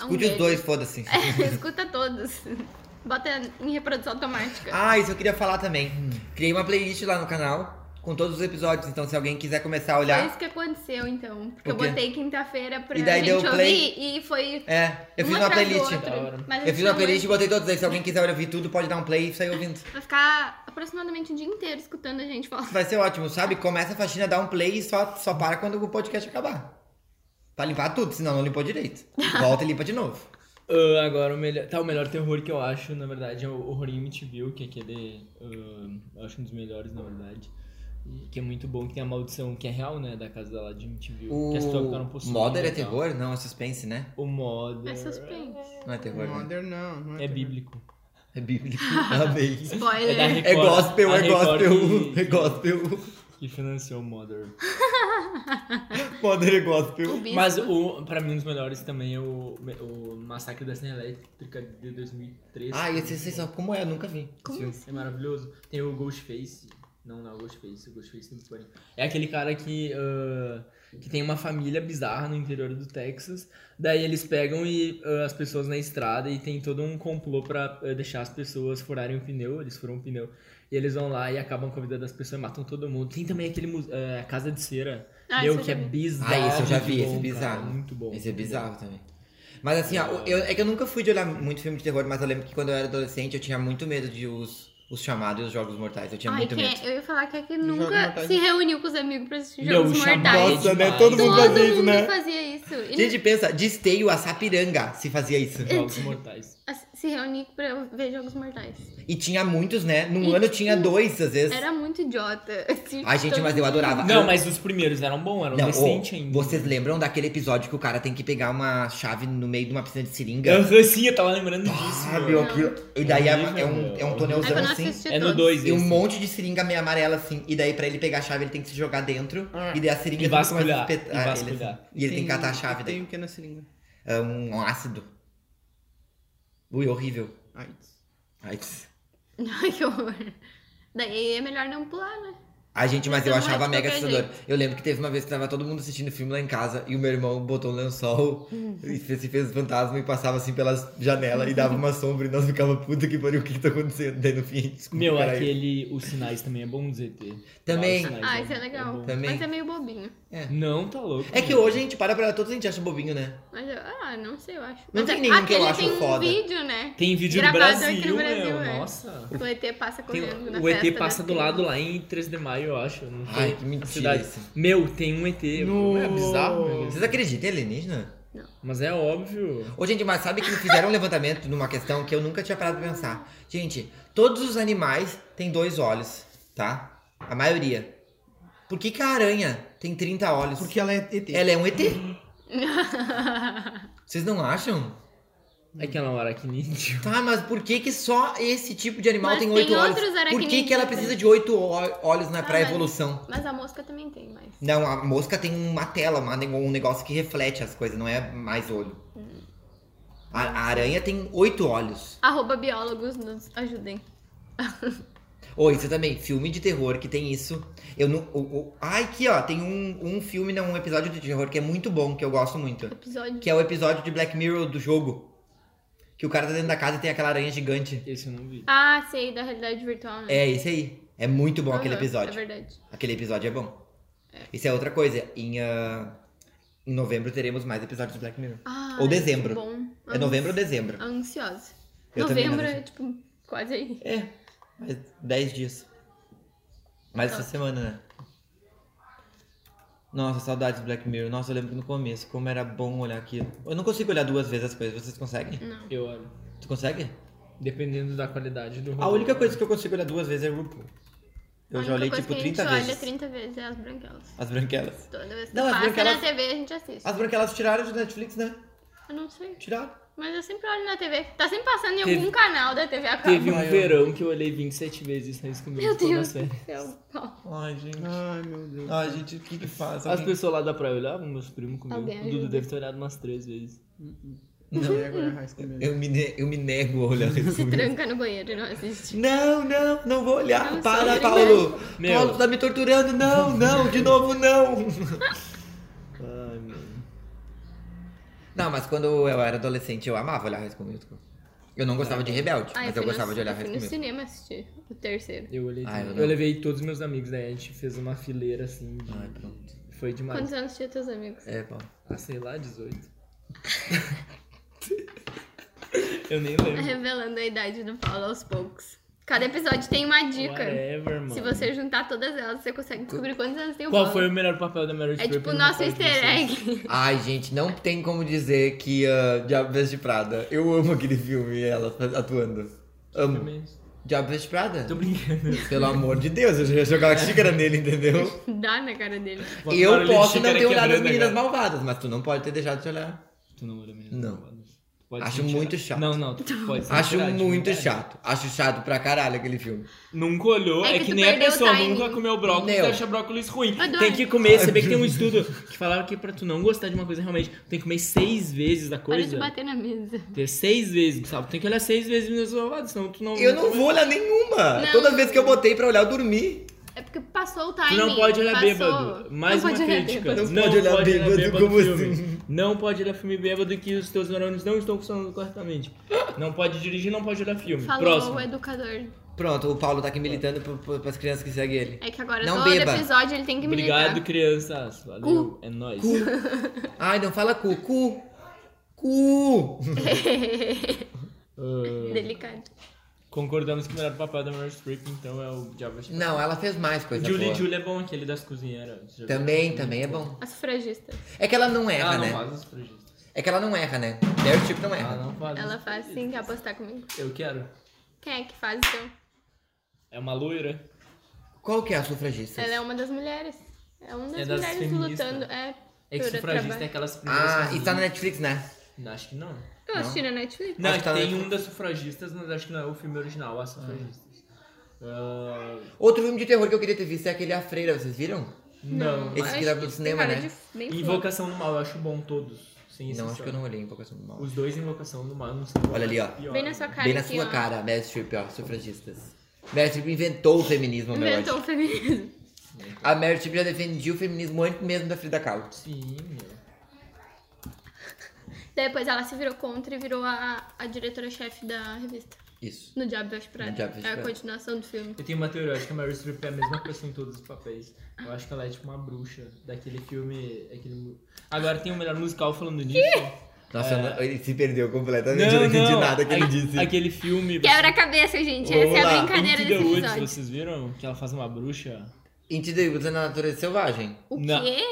B: É um É.
A: Escute os
B: deles.
A: dois, foda-se.
B: Escuta todos. Bota em reprodução automática.
A: Ah, isso eu queria falar também. Criei uma playlist lá no canal com todos os episódios. Então, se alguém quiser começar a
B: Foi
A: olhar...
B: isso que aconteceu, então.
A: tá.
B: Porque
A: O
B: eu
A: quê?
B: botei quinta-feira pra
A: E daí
B: gente
A: deu
B: ouvir
A: play?
B: e foi.
A: É, eu
B: um
A: fiz uma
B: atrás do
A: playlist.
B: outro.
C: Da hora.
B: Mas assim, a
A: Eu
B: gente
A: fiz uma
B: não
A: playlist e
B: vai-
A: botei todos aí. Se alguém quiser ouvir tudo, pode dar um play e sair ouvindo.
B: Vai ficar aproximadamente um dia inteiro escutando a gente
C: [laughs]
B: falar.
A: Vai ser ótimo, sabe? Começa a faxina, dá um play e só, só para quando o podcast acabar. Pra limpar tudo, senão não limpou direito. Volta e limpa de novo.
C: Ah, agora o melhor. Tá, o melhor terror que eu acho, na verdade, é o Horror in Amityville, que é aquele. ah, eu acho um dos melhores, na verdade. E que é muito bom, que tem a maldição que é real, né? Da casa lá de Amityville.
A: O
C: Que as pessoas ficaram possuídas
A: Modern é
C: e tal.
A: terror? Não, é suspense, né?
C: O Mother.
B: É suspense.
A: Não é terror, né?
D: Mother não, não é.
C: É
D: terror.
C: bíblico.
A: É bíblico. [laughs] Amei.
C: É
B: [laughs]
C: da
B: Spoiler.
C: Record.
A: É gospel,
C: a
A: é gospel. [laughs]
C: que-
A: É gospel.
C: Que financiou o Mother.
A: Modern é
B: O
A: gospel.
B: bispo.
C: Mas o, pra mim, um dos melhores também é o, o Massacre da Serra Elétrica de 2013.
A: Ah, esse vocês sabem como é, eu nunca vi. esse
B: Como
A: filme.
C: É maravilhoso. Tem o Ghostface. Não, não é o Ghostface. O Ghostface tem pânico. É aquele cara que, ah, que tem uma família bizarra no interior do Texas. Daí eles pegam e ah, as pessoas na estrada e tem todo um complô pra ah, deixar as pessoas furarem o pneu. Eles furam o pneu. E eles vão lá e acabam com a vida das pessoas e matam todo mundo. Tem também aquele muse- ah, Casa de Cera.
B: Ah,
C: meu,
B: esse eu
C: que é
B: já vi.
C: bizarro.
A: Ah, esse eu já
C: de
A: vi, esse é
C: bom, cara.
A: bizarro.
C: Muito bom.
A: Esse é
C: muito bom.
A: bizarro também. Mas assim, ó, eu- é que eu nunca fui de olhar muito filme de terror, mas eu lembro que quando eu era adolescente eu tinha muito medo de os, os chamados e os jogos mortais. Eu tinha
B: Ai,
A: muito
B: quem
A: medo.
B: é- eu ia falar que é que
D: Jogos
B: nunca
D: Mortais.
B: se reuniu com os amigos pra assistir
C: Meu,
B: Jogos
C: o chamado-
B: é um Mortais.
A: Nossa, né?
C: demais.
A: Todo mundo
B: Todo
A: fazia isso,
B: mundo
A: né?
B: fazia isso. E
A: Gente, pensa, de esteio a Sapiranga se fazia isso.
C: Jogos é um Mortais.
B: a- se reunir pra ver Jogos Mortais.
A: E tinha muitos, né? Num
B: E,
A: ano tinha
B: tipo,
A: dois, às vezes.
B: Era muito idiota. [laughs] assim,
A: Ai, gente,
B: todo
A: mas eu
B: mundo-
A: adorava.
C: Não,
A: Eu-
C: mas os primeiros eram bons, eram
A: Não, ô,
C: decentes ainda.
A: vocês lembram daquele episódio que o cara tem que pegar uma chave no meio de uma piscina de seringa?
C: Aham, sim, eu tava lembrando disso.
A: Ah,
C: meu.
A: meu, aquilo- E daí é,
C: Horrível,
A: é um, é um
C: meu.
B: Ai,
A: tonelzão
B: quando eu
A: assim.
B: assisti
C: É no
B: todos.
C: 2
A: E um monte de seringa meio amarela, assim. E daí, pra ele pegar a chave, ele tem que se jogar dentro.
D: Ah.
A: E daí a seringa
C: E
A: fica começa a
C: vasculhar,
A: espetar
C: e
A: ele,
C: vasculhar.
A: assim. E ele tem que catar a chave
D: Tem
A: daí.
D: um que é na seringa.
A: É um ácido. Ui, horrível.
D: Ai.
A: Ai,
B: [laughs] Ai, que horror. Daí é melhor não pular, né?
A: A gente, mas eu
B: Então, não é
A: achava
B: de
A: mega
B: qualquer
A: assustador. Eu lembro que teve uma vez que tava todo mundo assistindo filme lá em casa e o meu irmão botou um lençol e fez- se fez fantasma e passava assim pelas janelas e dava uma sombra e nós ficava puta que pariu, o que que tá acontecendo? Daí no fim, desculpa,
C: Meu,
A: caralho.
C: aquele. Os sinais também é bom do ZT.
A: Também.
C: Ah, os sinais
B: Ah,
C: é-
B: isso é legal.
C: bom.
A: Também.
B: Mas é meio bobinho.
C: Não, tá louco.
A: É que
C: meu.
A: hoje a gente para pra todos a gente acha bobinho, né?
B: Mas eu, ah, não sei, eu acho.
A: Não
B: Mas
A: tem
B: é-
A: nenhum que eu
B: aquele
A: acho
B: tem
A: foda.
B: um vídeo, né?
C: Tem vídeo no
B: Gravado
C: Brasil,
B: aqui no Brasil,
C: meu.
B: é.
C: Nossa.
B: O ET passa
C: Tem-
B: correndo na
C: o ET
B: festa né, um-
C: passa
B: das
C: do lado
B: crianças.
C: lá em 3 de maio, eu acho. Não sei.
A: Ai, que
C: Na
A: mentira
C: cidade.
A: isso.
C: Meu, tem um ET.
D: No-
C: É bizarro, meu.
A: Vocês acreditam em alienígena?
C: Mas é óbvio.
A: Ô, gente, mas sabe que fizeram um levantamento numa questão que eu nunca tinha parado pra pensar. Gente, todos os animais têm dois olhos, tá? A maioria. Por que, que a aranha tem 30 olhos?
D: Porque ela é ET.
A: ela é um ET. Vocês não acham?
C: É que ela é um [laughs] aracnídeo.
A: Tá, mas por que, que só esse tipo de animal
B: Mas
A: tem
B: tem
A: oito olhos?
B: outros
A: Por que, que
B: aracnídeos
A: ela precisa de oito ó- olhos na,
B: Ah,
A: pra
B: mas-
A: evolução?
B: [laughs] Mas a mosca também tem mais.
A: Não, a mosca tem uma tela, uma- um negócio que reflete as coisas, não é mais olho. A, a aranha tem oito olhos.
B: Arroba biólogos nos ajudem.
A: Ou isso também, filme de terror que tem isso. Eu não. o- o- ai, aqui, ó, tem um, um filme, não, um episódio de terror que é muito bom, que eu gosto muito.
B: Episódio.
A: Que é o episódio de Black Mirror do jogo. Que o cara tá dentro da casa e tem aquela aranha gigante.
C: Esse eu não vi.
B: Ah, sei, da realidade virtual, né?
A: É esse aí. É muito bom aquele
B: Aham,
A: episódio.
B: É verdade.
A: Aquele episódio é bom. Isso é outra coisa. Em, ah, em novembro teremos mais episódios do Black Mirror.
B: Ah,
A: Ou dezembro.
B: que Bom.
A: É novembro ou dezembro?
B: Ansiosa.
A: Eu também,
B: novembro
A: né,
B: é, tipo, quase aí.
A: É, mais 10 dias. Mais essa semana, né? Nossa, saudades do Black Mirror. Nossa, eu lembro que no começo, como era bom olhar aquilo. Eu não consigo olhar duas vezes as coisas, vocês conseguem?
C: Eu olho.
A: Tu consegue?
C: Dependendo da qualidade do
A: A única coisa que eu consigo olhar duas vezes é RuPaul. Eu
B: A
A: já
B: única
A: olhei
B: coisa
A: tipo
B: que
A: 30
B: a gente
A: vezes.
B: olha 30 vezes é as branquelas.
A: As branquelas.
B: Toda vez que
A: Não, as
B: passa
A: branquelas-
B: na TV, a gente assiste.
A: As branquelas tiraram de Netflix, né?
B: Eu não sei.
A: Tiraram.
B: Mas eu sempre olho na TV. Tá sempre passando em
C: Teve-
B: algum canal da TV a cabo.
C: Teve
A: Ah,
C: um
A: eu-
C: verão que eu olhei 27 vezes na
B: [laughs]
C: escondida.
B: Meu
C: toda
B: Deus É um
C: série.
B: do [laughs] céu. Paulo.
A: Ai, gente.
D: Ai, meu Deus.
A: Ai, gente, o que que faz?
C: As
A: Alguém-
C: pessoas lá da praia olhavam, meus primos comigo.
B: Alguém
C: O Dudu
B: ajuda.
C: deve ter olhado umas três vezes.
D: Não, é agora High School Musical.
A: Eu me, ne- eu me nego a
B: [laughs]
A: olhar isso.
B: Se tranca no banheiro e não assiste.
A: Não, não, não vou olhar.
B: Não, né?
A: Para,
B: sério,
A: Paulo.
C: Meu.
A: Paulo, tu tá me torturando. Não, não, de novo, [laughs] não.
C: Ai, mano.
A: Não, mas quando eu era adolescente, eu amava olhar High School Musical. Eu não gostava de Rebelde,
B: Ah,
A: mas eu
B: fui no-
A: gostava de olhar High School
B: fui no
A: Musical.
B: cinema assistir o terceiro.
C: Eu olhei.
A: Ah, eu
C: também.
A: não.
C: eu, levei todos os meus amigos, daí a gente fez uma fileira assim. de-
A: Ai, pronto.
C: Foi demais.
B: Quantos anos tinha teus amigos? [laughs]
A: É, Paulo.
C: Ah, sei lá, 18. [laughs] eu nem lembro.
B: Tá revelando a idade do Paulo aos poucos. Cada episódio tem uma dica.
C: Whatever, mano.
B: Se você juntar todas elas, você consegue descobrir quantos anos tem o
C: Qual
B: Paulo.
C: foi o melhor papel da Meryl
B: É
C: Streep?
B: tipo o
C: no
B: nosso
C: papel de
B: easter
C: vocês?
B: egg. [laughs]
A: Ai, gente, não tem como dizer que ah, Diabo Veste Prada. Eu amo aquele filme e ela faz- atuando. Amo.
C: Também.
A: Diabo Veste Prada?
C: Tô [laughs] brincando.
A: Pelo amor de Deus, eu já ia jogar a xícara nele,
B: [laughs]
A: entendeu?
B: Dá na cara dele.
C: Bota um
A: eu
C: barulho de
A: posso não
C: xícara
A: ter olhado as
C: quebrando né,
A: meninas
C: agora.
A: malvadas, mas tu não pode ter deixado de olhar.
C: Tu não olha mesmo.
A: Não.
C: Tu pode
A: Acho
C: retirar.
A: muito chato.
B: [laughs]
C: Não, não, tu pode se
A: Acho
C: retirar de
A: muito
C: verdade.
A: chato. Acho chato pra caralho aquele filme.
C: Nunca olhou,
B: É
C: é
B: que
C: que,
B: tu
C: nem a
B: perdeu o
C: pessoa
B: timing.
C: nunca comeu brócolis e
A: Meu.
C: acha brócolis ruim.
B: Eduardo.
C: Tem que comer, você
A: [laughs]
C: vê que tem um estudo que falaram que pra tu não gostar de uma coisa realmente, tu tem que comer seis vezes da
B: Para de
C: coisa.
B: bater na mesa.
C: Ter seis vezes, Gustavo. Tu Tem que olhar seis vezes no salvado, senão tu não.
A: Eu não vou olhar nenhuma.
B: Não.
A: Toda vez que eu botei pra olhar, eu dormi.
B: É porque passou o
C: Tu
B: timing.
C: não pode olhar
B: passou.
C: bêbado. Mais
B: não
C: uma
B: pode olhar
C: crítica.
B: bêbado.
A: Não pode olhar bêbado, como
C: filme.
A: assim?
C: Não pode olhar filme bêbado que os teus neurônios não estão funcionando corretamente. Não pode dirigir, não pode olhar filme.
B: Falou é o
C: Próximo.
B: educador.
A: Pronto, o Paulo tá aqui militando pro- pro- pras crianças que seguem ele.
B: É que agora
A: Não
B: todo
A: beba.
B: episódio ele tem que militar.
C: [laughs] Obrigado, crianças. Valeu. É nóis.
A: Ai, não fala cu. Cu. Cu. [laughs]
C: Ah,
B: [laughs] Delicado.
C: concordamos que o melhor papel da Meryl Streep, então, é o Diabo Veste
A: Não, ela fez mais coisa
C: Julie
A: boa.
C: Julie é bom aquele das cozinheiras. Já viu?
A: Também, também é bom.
B: A sufragista.
A: É que ela não erra,
C: Ela Ah, não
A: né?
C: faz os projetos.
A: É que ela não erra, né? Meryl Streep não
C: Ela
A: erra.
C: não faz.
B: Ela
C: os
B: faz sim, quer apostar comigo?
C: projetos. Eu quero.
B: Quem é que faz então?
C: É uma loira.
A: Qual que é a sufragista?
B: Ela é uma das mulheres. É uma das,
C: É das
B: mulheres
C: feministas.
B: lutando. É,
C: É que
B: pelo
C: sufragista é
B: trabalho.
C: aquelas primeiras.
A: Ah,
C: que
A: e tá na
C: vi.
A: Netflix, né?
C: Não, Acho que não.
B: Eu
A: Não.
B: assisti na Netflix.
C: Não,
A: que tá na
C: tem
A: Netflix.
C: um das sufragistas, mas acho que não é o filme original, as sufragistas. Ah,
A: Outro filme de terror que eu queria ter visto é aquele A Freira, vocês viram?
C: não.
A: Esse que dá pro cinema, né?
C: Invocação do Mal, eu acho bom todos. Sem
A: Não,
C: exceção.
A: acho que eu não olhei em Invocação do Mal.
C: Os dois Invocação do Mal, não sei qual
A: Olha ali, ó.
C: é pior.
B: Bem na sua cara.
A: Bem na
B: aqui,
A: sua
B: ó.
A: cara, Meryl Streep, ó, sufragistas. Meryl Streep inventou o feminismo, meu ódio.
B: Inventou o feminismo.
A: A Meryl Streep já defendia o feminismo antes mesmo da Frida Kahlo.
C: Sim, meu.
B: Depois ela se virou contra e virou a, a diretora-chefe da revista.
A: Isso.
B: No Diabo Veste Prada.
A: No Diabo Veste
B: É a
A: Prada.
B: continuação do filme.
C: Eu tenho uma teoria, eu acho que a Meryl Streep é a mesma pessoa em todos os papéis. Eu acho que ela é tipo uma bruxa daquele filme. Aquele... mu- Agora tem o melhor musical falando nisso.
A: Nossa, eu não- ele se perdeu completamente.
C: É. Não,
A: eu não entendi
C: não.
A: nada que ele
C: A-
A: disse.
C: Aquele filme.
B: Quebra a cabeça, é gente.
A: Vamos
B: Essa é
A: lá.
B: a brincadeira
C: assim, Into the
B: desse
C: Woods,
B: episódio.
C: vocês viram? Que ela faz uma bruxa.
A: Into the Woods é na natureza selvagem.
B: O
C: Não.
B: quê?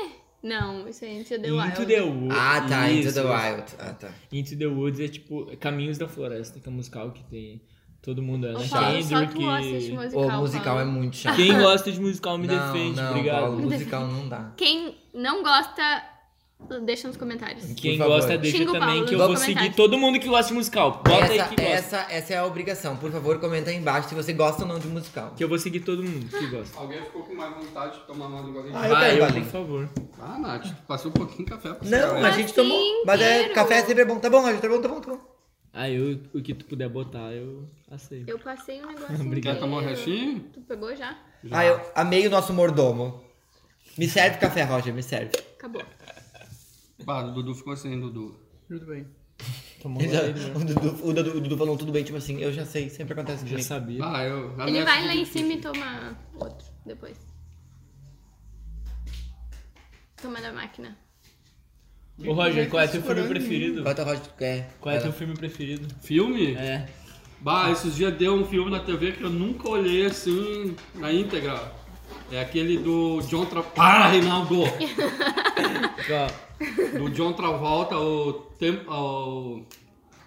B: Não, isso é Into the Wild.
C: Into the Woods.
A: Ah, tá. Into the
C: isso.
A: Wild. Ah, tá.
C: Into the Woods é tipo Caminhos da Floresta, que é um musical que tem todo mundo. Ana
B: Ô, Paulo, só
C: Kendrick.
B: tu assiste musical,
A: o musical
B: Paulo.
A: é muito chato.
C: Quem gosta de musical me
A: não,
C: defende,
A: não,
C: obrigado.
A: Paulo,
B: Me
A: musical não dá.
B: Quem não gosta, deixa nos comentários.
C: Quem
A: Por favor.
C: gosta deixa
B: Xinga o
C: também
B: Paulo
C: que eu
B: nos
C: vou
B: comentários.
C: seguir todo mundo que gosta de musical. Bota aí
A: Essa,
C: que gosta.
A: essa, essa é a obrigação. Por favor, comenta aí embaixo se você gosta ou não de musical.
C: Que eu vou seguir todo mundo que
E: [laughs]
C: gosta.
E: Alguém ficou com mais vontade de tomar uma linguagem?
A: Ah,
E: Ah,
A: eu
C: Vai,
A: quero,
C: eu,
A: Paulinho.
C: por favor.
E: ah Nath, tu passou um pouquinho de café pra você.
A: Não,
E: né?
A: a gente tomou. Mas é,
B: inteiro.
A: café sempre é bom. Tá bom, Roger, tá bom, tá bom, tá bom.
C: Ah, eu, o que tu puder botar, eu aceito.
B: Eu passei um negócio
C: Obrigado.
E: Quer tomar um
B: inteiro.
E: restinho?
B: Tu pegou já?
A: Ah, eu amei o nosso mordomo. Me serve café, Roger, me serve.
B: Acabou.
E: Bah, o Dudu ficou sem, Dudu.
D: Tudo bem.
C: Tomou
A: Ele
C: lá
A: já-
C: dele, né?
A: o, Dudu, o Dudu- o Dudu falou tudo bem, tipo assim, eu já sei, sempre acontece
C: Já
A: comigo.
C: sabia.
E: Ah, eu. a
B: Ele
E: minha
B: vai
E: filha
B: lá em
E: que-
B: cima e toma outro depois. Toma da máquina.
C: Ô Roger, qual é teu filme
D: Segurando.
C: preferido?
A: Bota, Roger, tu quer?
C: Qual é
A: Vai
C: teu
A: lá.
C: filme preferido?
E: Filme?
C: É.
E: Bah, esses dias deu um filme na TV que eu nunca olhei assim na íntegra. É aquele do John Travolta. Para, Reinaldo!
C: Tipo, Ó,
E: Do John Travolta, o tempo. o-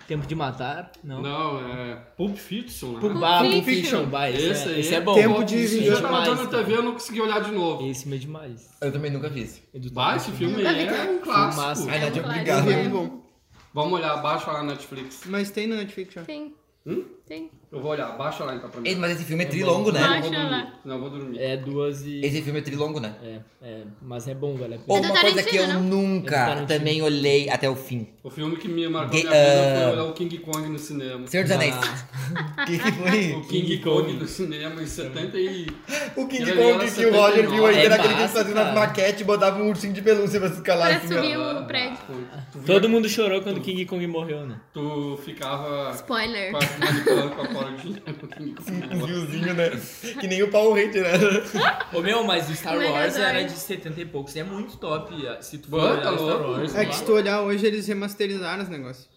C: Tempo de Matar? Não.
E: Não, é. Pulp Fiction, né?
C: Bah,
B: Pulp
C: Pulp Fiction, vai.
E: Esse
C: Esse, é,
E: aí.
C: esse é bom.
D: Tempo de
E: Esse
C: Esse é
D: Vingança.
E: dia tava
C: demais.
E: dando na TV, eu não consegui olhar de novo.
C: Esse meu é demais.
A: Eu também nunca fiz.
C: É do
E: Bah, esse filme
B: Nunca vi
E: é
B: tanto.
E: um clássico.
C: Filmaço.
A: Ai,
B: É um
A: Nadia,
B: clássico.
A: obrigado.
D: Bem bom.
E: Vamos olhar, baixa lá na Netflix.
D: Mas tem na Netflix já.
B: Tem.
A: Hum?
B: Tem.
E: Eu vou olhar, baixa lá então pra mim.
A: Ei, mas esse filme é trilongo,
E: Não, eu
A: né?
E: vou
B: Baixa lá.
E: dormir. Não, eu vou dormir.
C: É duas e.
A: Esse filme é trilongo, né?
C: É, é. Mas é bom, vale a
A: Ou
C: pena.
B: do
A: uma coisa que eu
B: Tarantino,
C: É do
A: nunca
C: Tarantino.
A: também olhei até o fim.
E: O filme que me marcou
A: Ga-
E: minha vida
A: ah.
E: foi olhar o King Kong no cinema.
A: Senhor dos Anéis.
C: Ah.
A: O [laughs] que que foi?
E: O King
C: King
E: Kong
C: Kong.
E: no cinema em 70 e...
A: O King
E: Ele
A: Kong
E: era
A: que o Roger viu aí
C: É
A: era aquele que eles
C: massa,
A: faziam nas
C: cara.
A: maquetes e botavam um ursinho de pelúcia pra se escalar.
B: Pra
A: Assim, ó.
B: subir o prédio.
E: Tu,
C: Todo mundo chorou quando King Kong morreu, né?
E: tu ficava
B: Spoiler.
E: quase manipulando com a cordinha do King
A: Um
E: Kong.
A: fiozinho, né? Que nem o Power Ranger, né?
C: Ô meu, mas o Star
B: O
C: Wars
B: Megadrive.
C: era de 70 e poucos. É muito top. Se tu for
E: Bota,
C: olhar o Star
E: louco.
C: Wars. né?
D: É que se
C: lá.
D: tu olhar hoje, eles remasterizaram os negócios.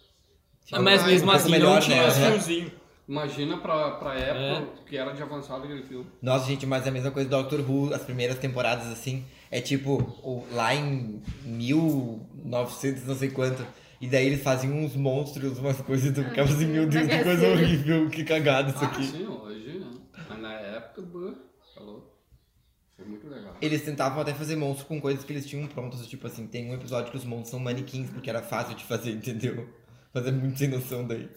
C: Ah, Mas
D: Ah,
C: mesmo
A: um pouco
C: assim,
A: melhor,
C: não tinha
A: né?
C: os fiozinhos.
E: Imagina pra, pra época
C: É.
E: que era de avançado aquele filme.
A: Nossa, gente, mas é a mesma coisa do Doctor Who, as primeiras temporadas, assim. É tipo, o- lá em 1900, não sei quanto. E daí eles faziam uns monstros, umas coisas. e Tu ficava assim, meu Deus, que coisa
B: Bagaceira.
A: horrível, que cagada isso
E: Ah,
A: aqui.
E: sim, hoje, né? Mas na época, bã, falou. Foi muito legal.
A: Eles tentavam até fazer monstros com coisas que eles tinham prontas. Tipo assim, tem um episódio que os monstros são manequins, porque era fácil de fazer, [laughs] entendeu? Fazer muito sem noção daí.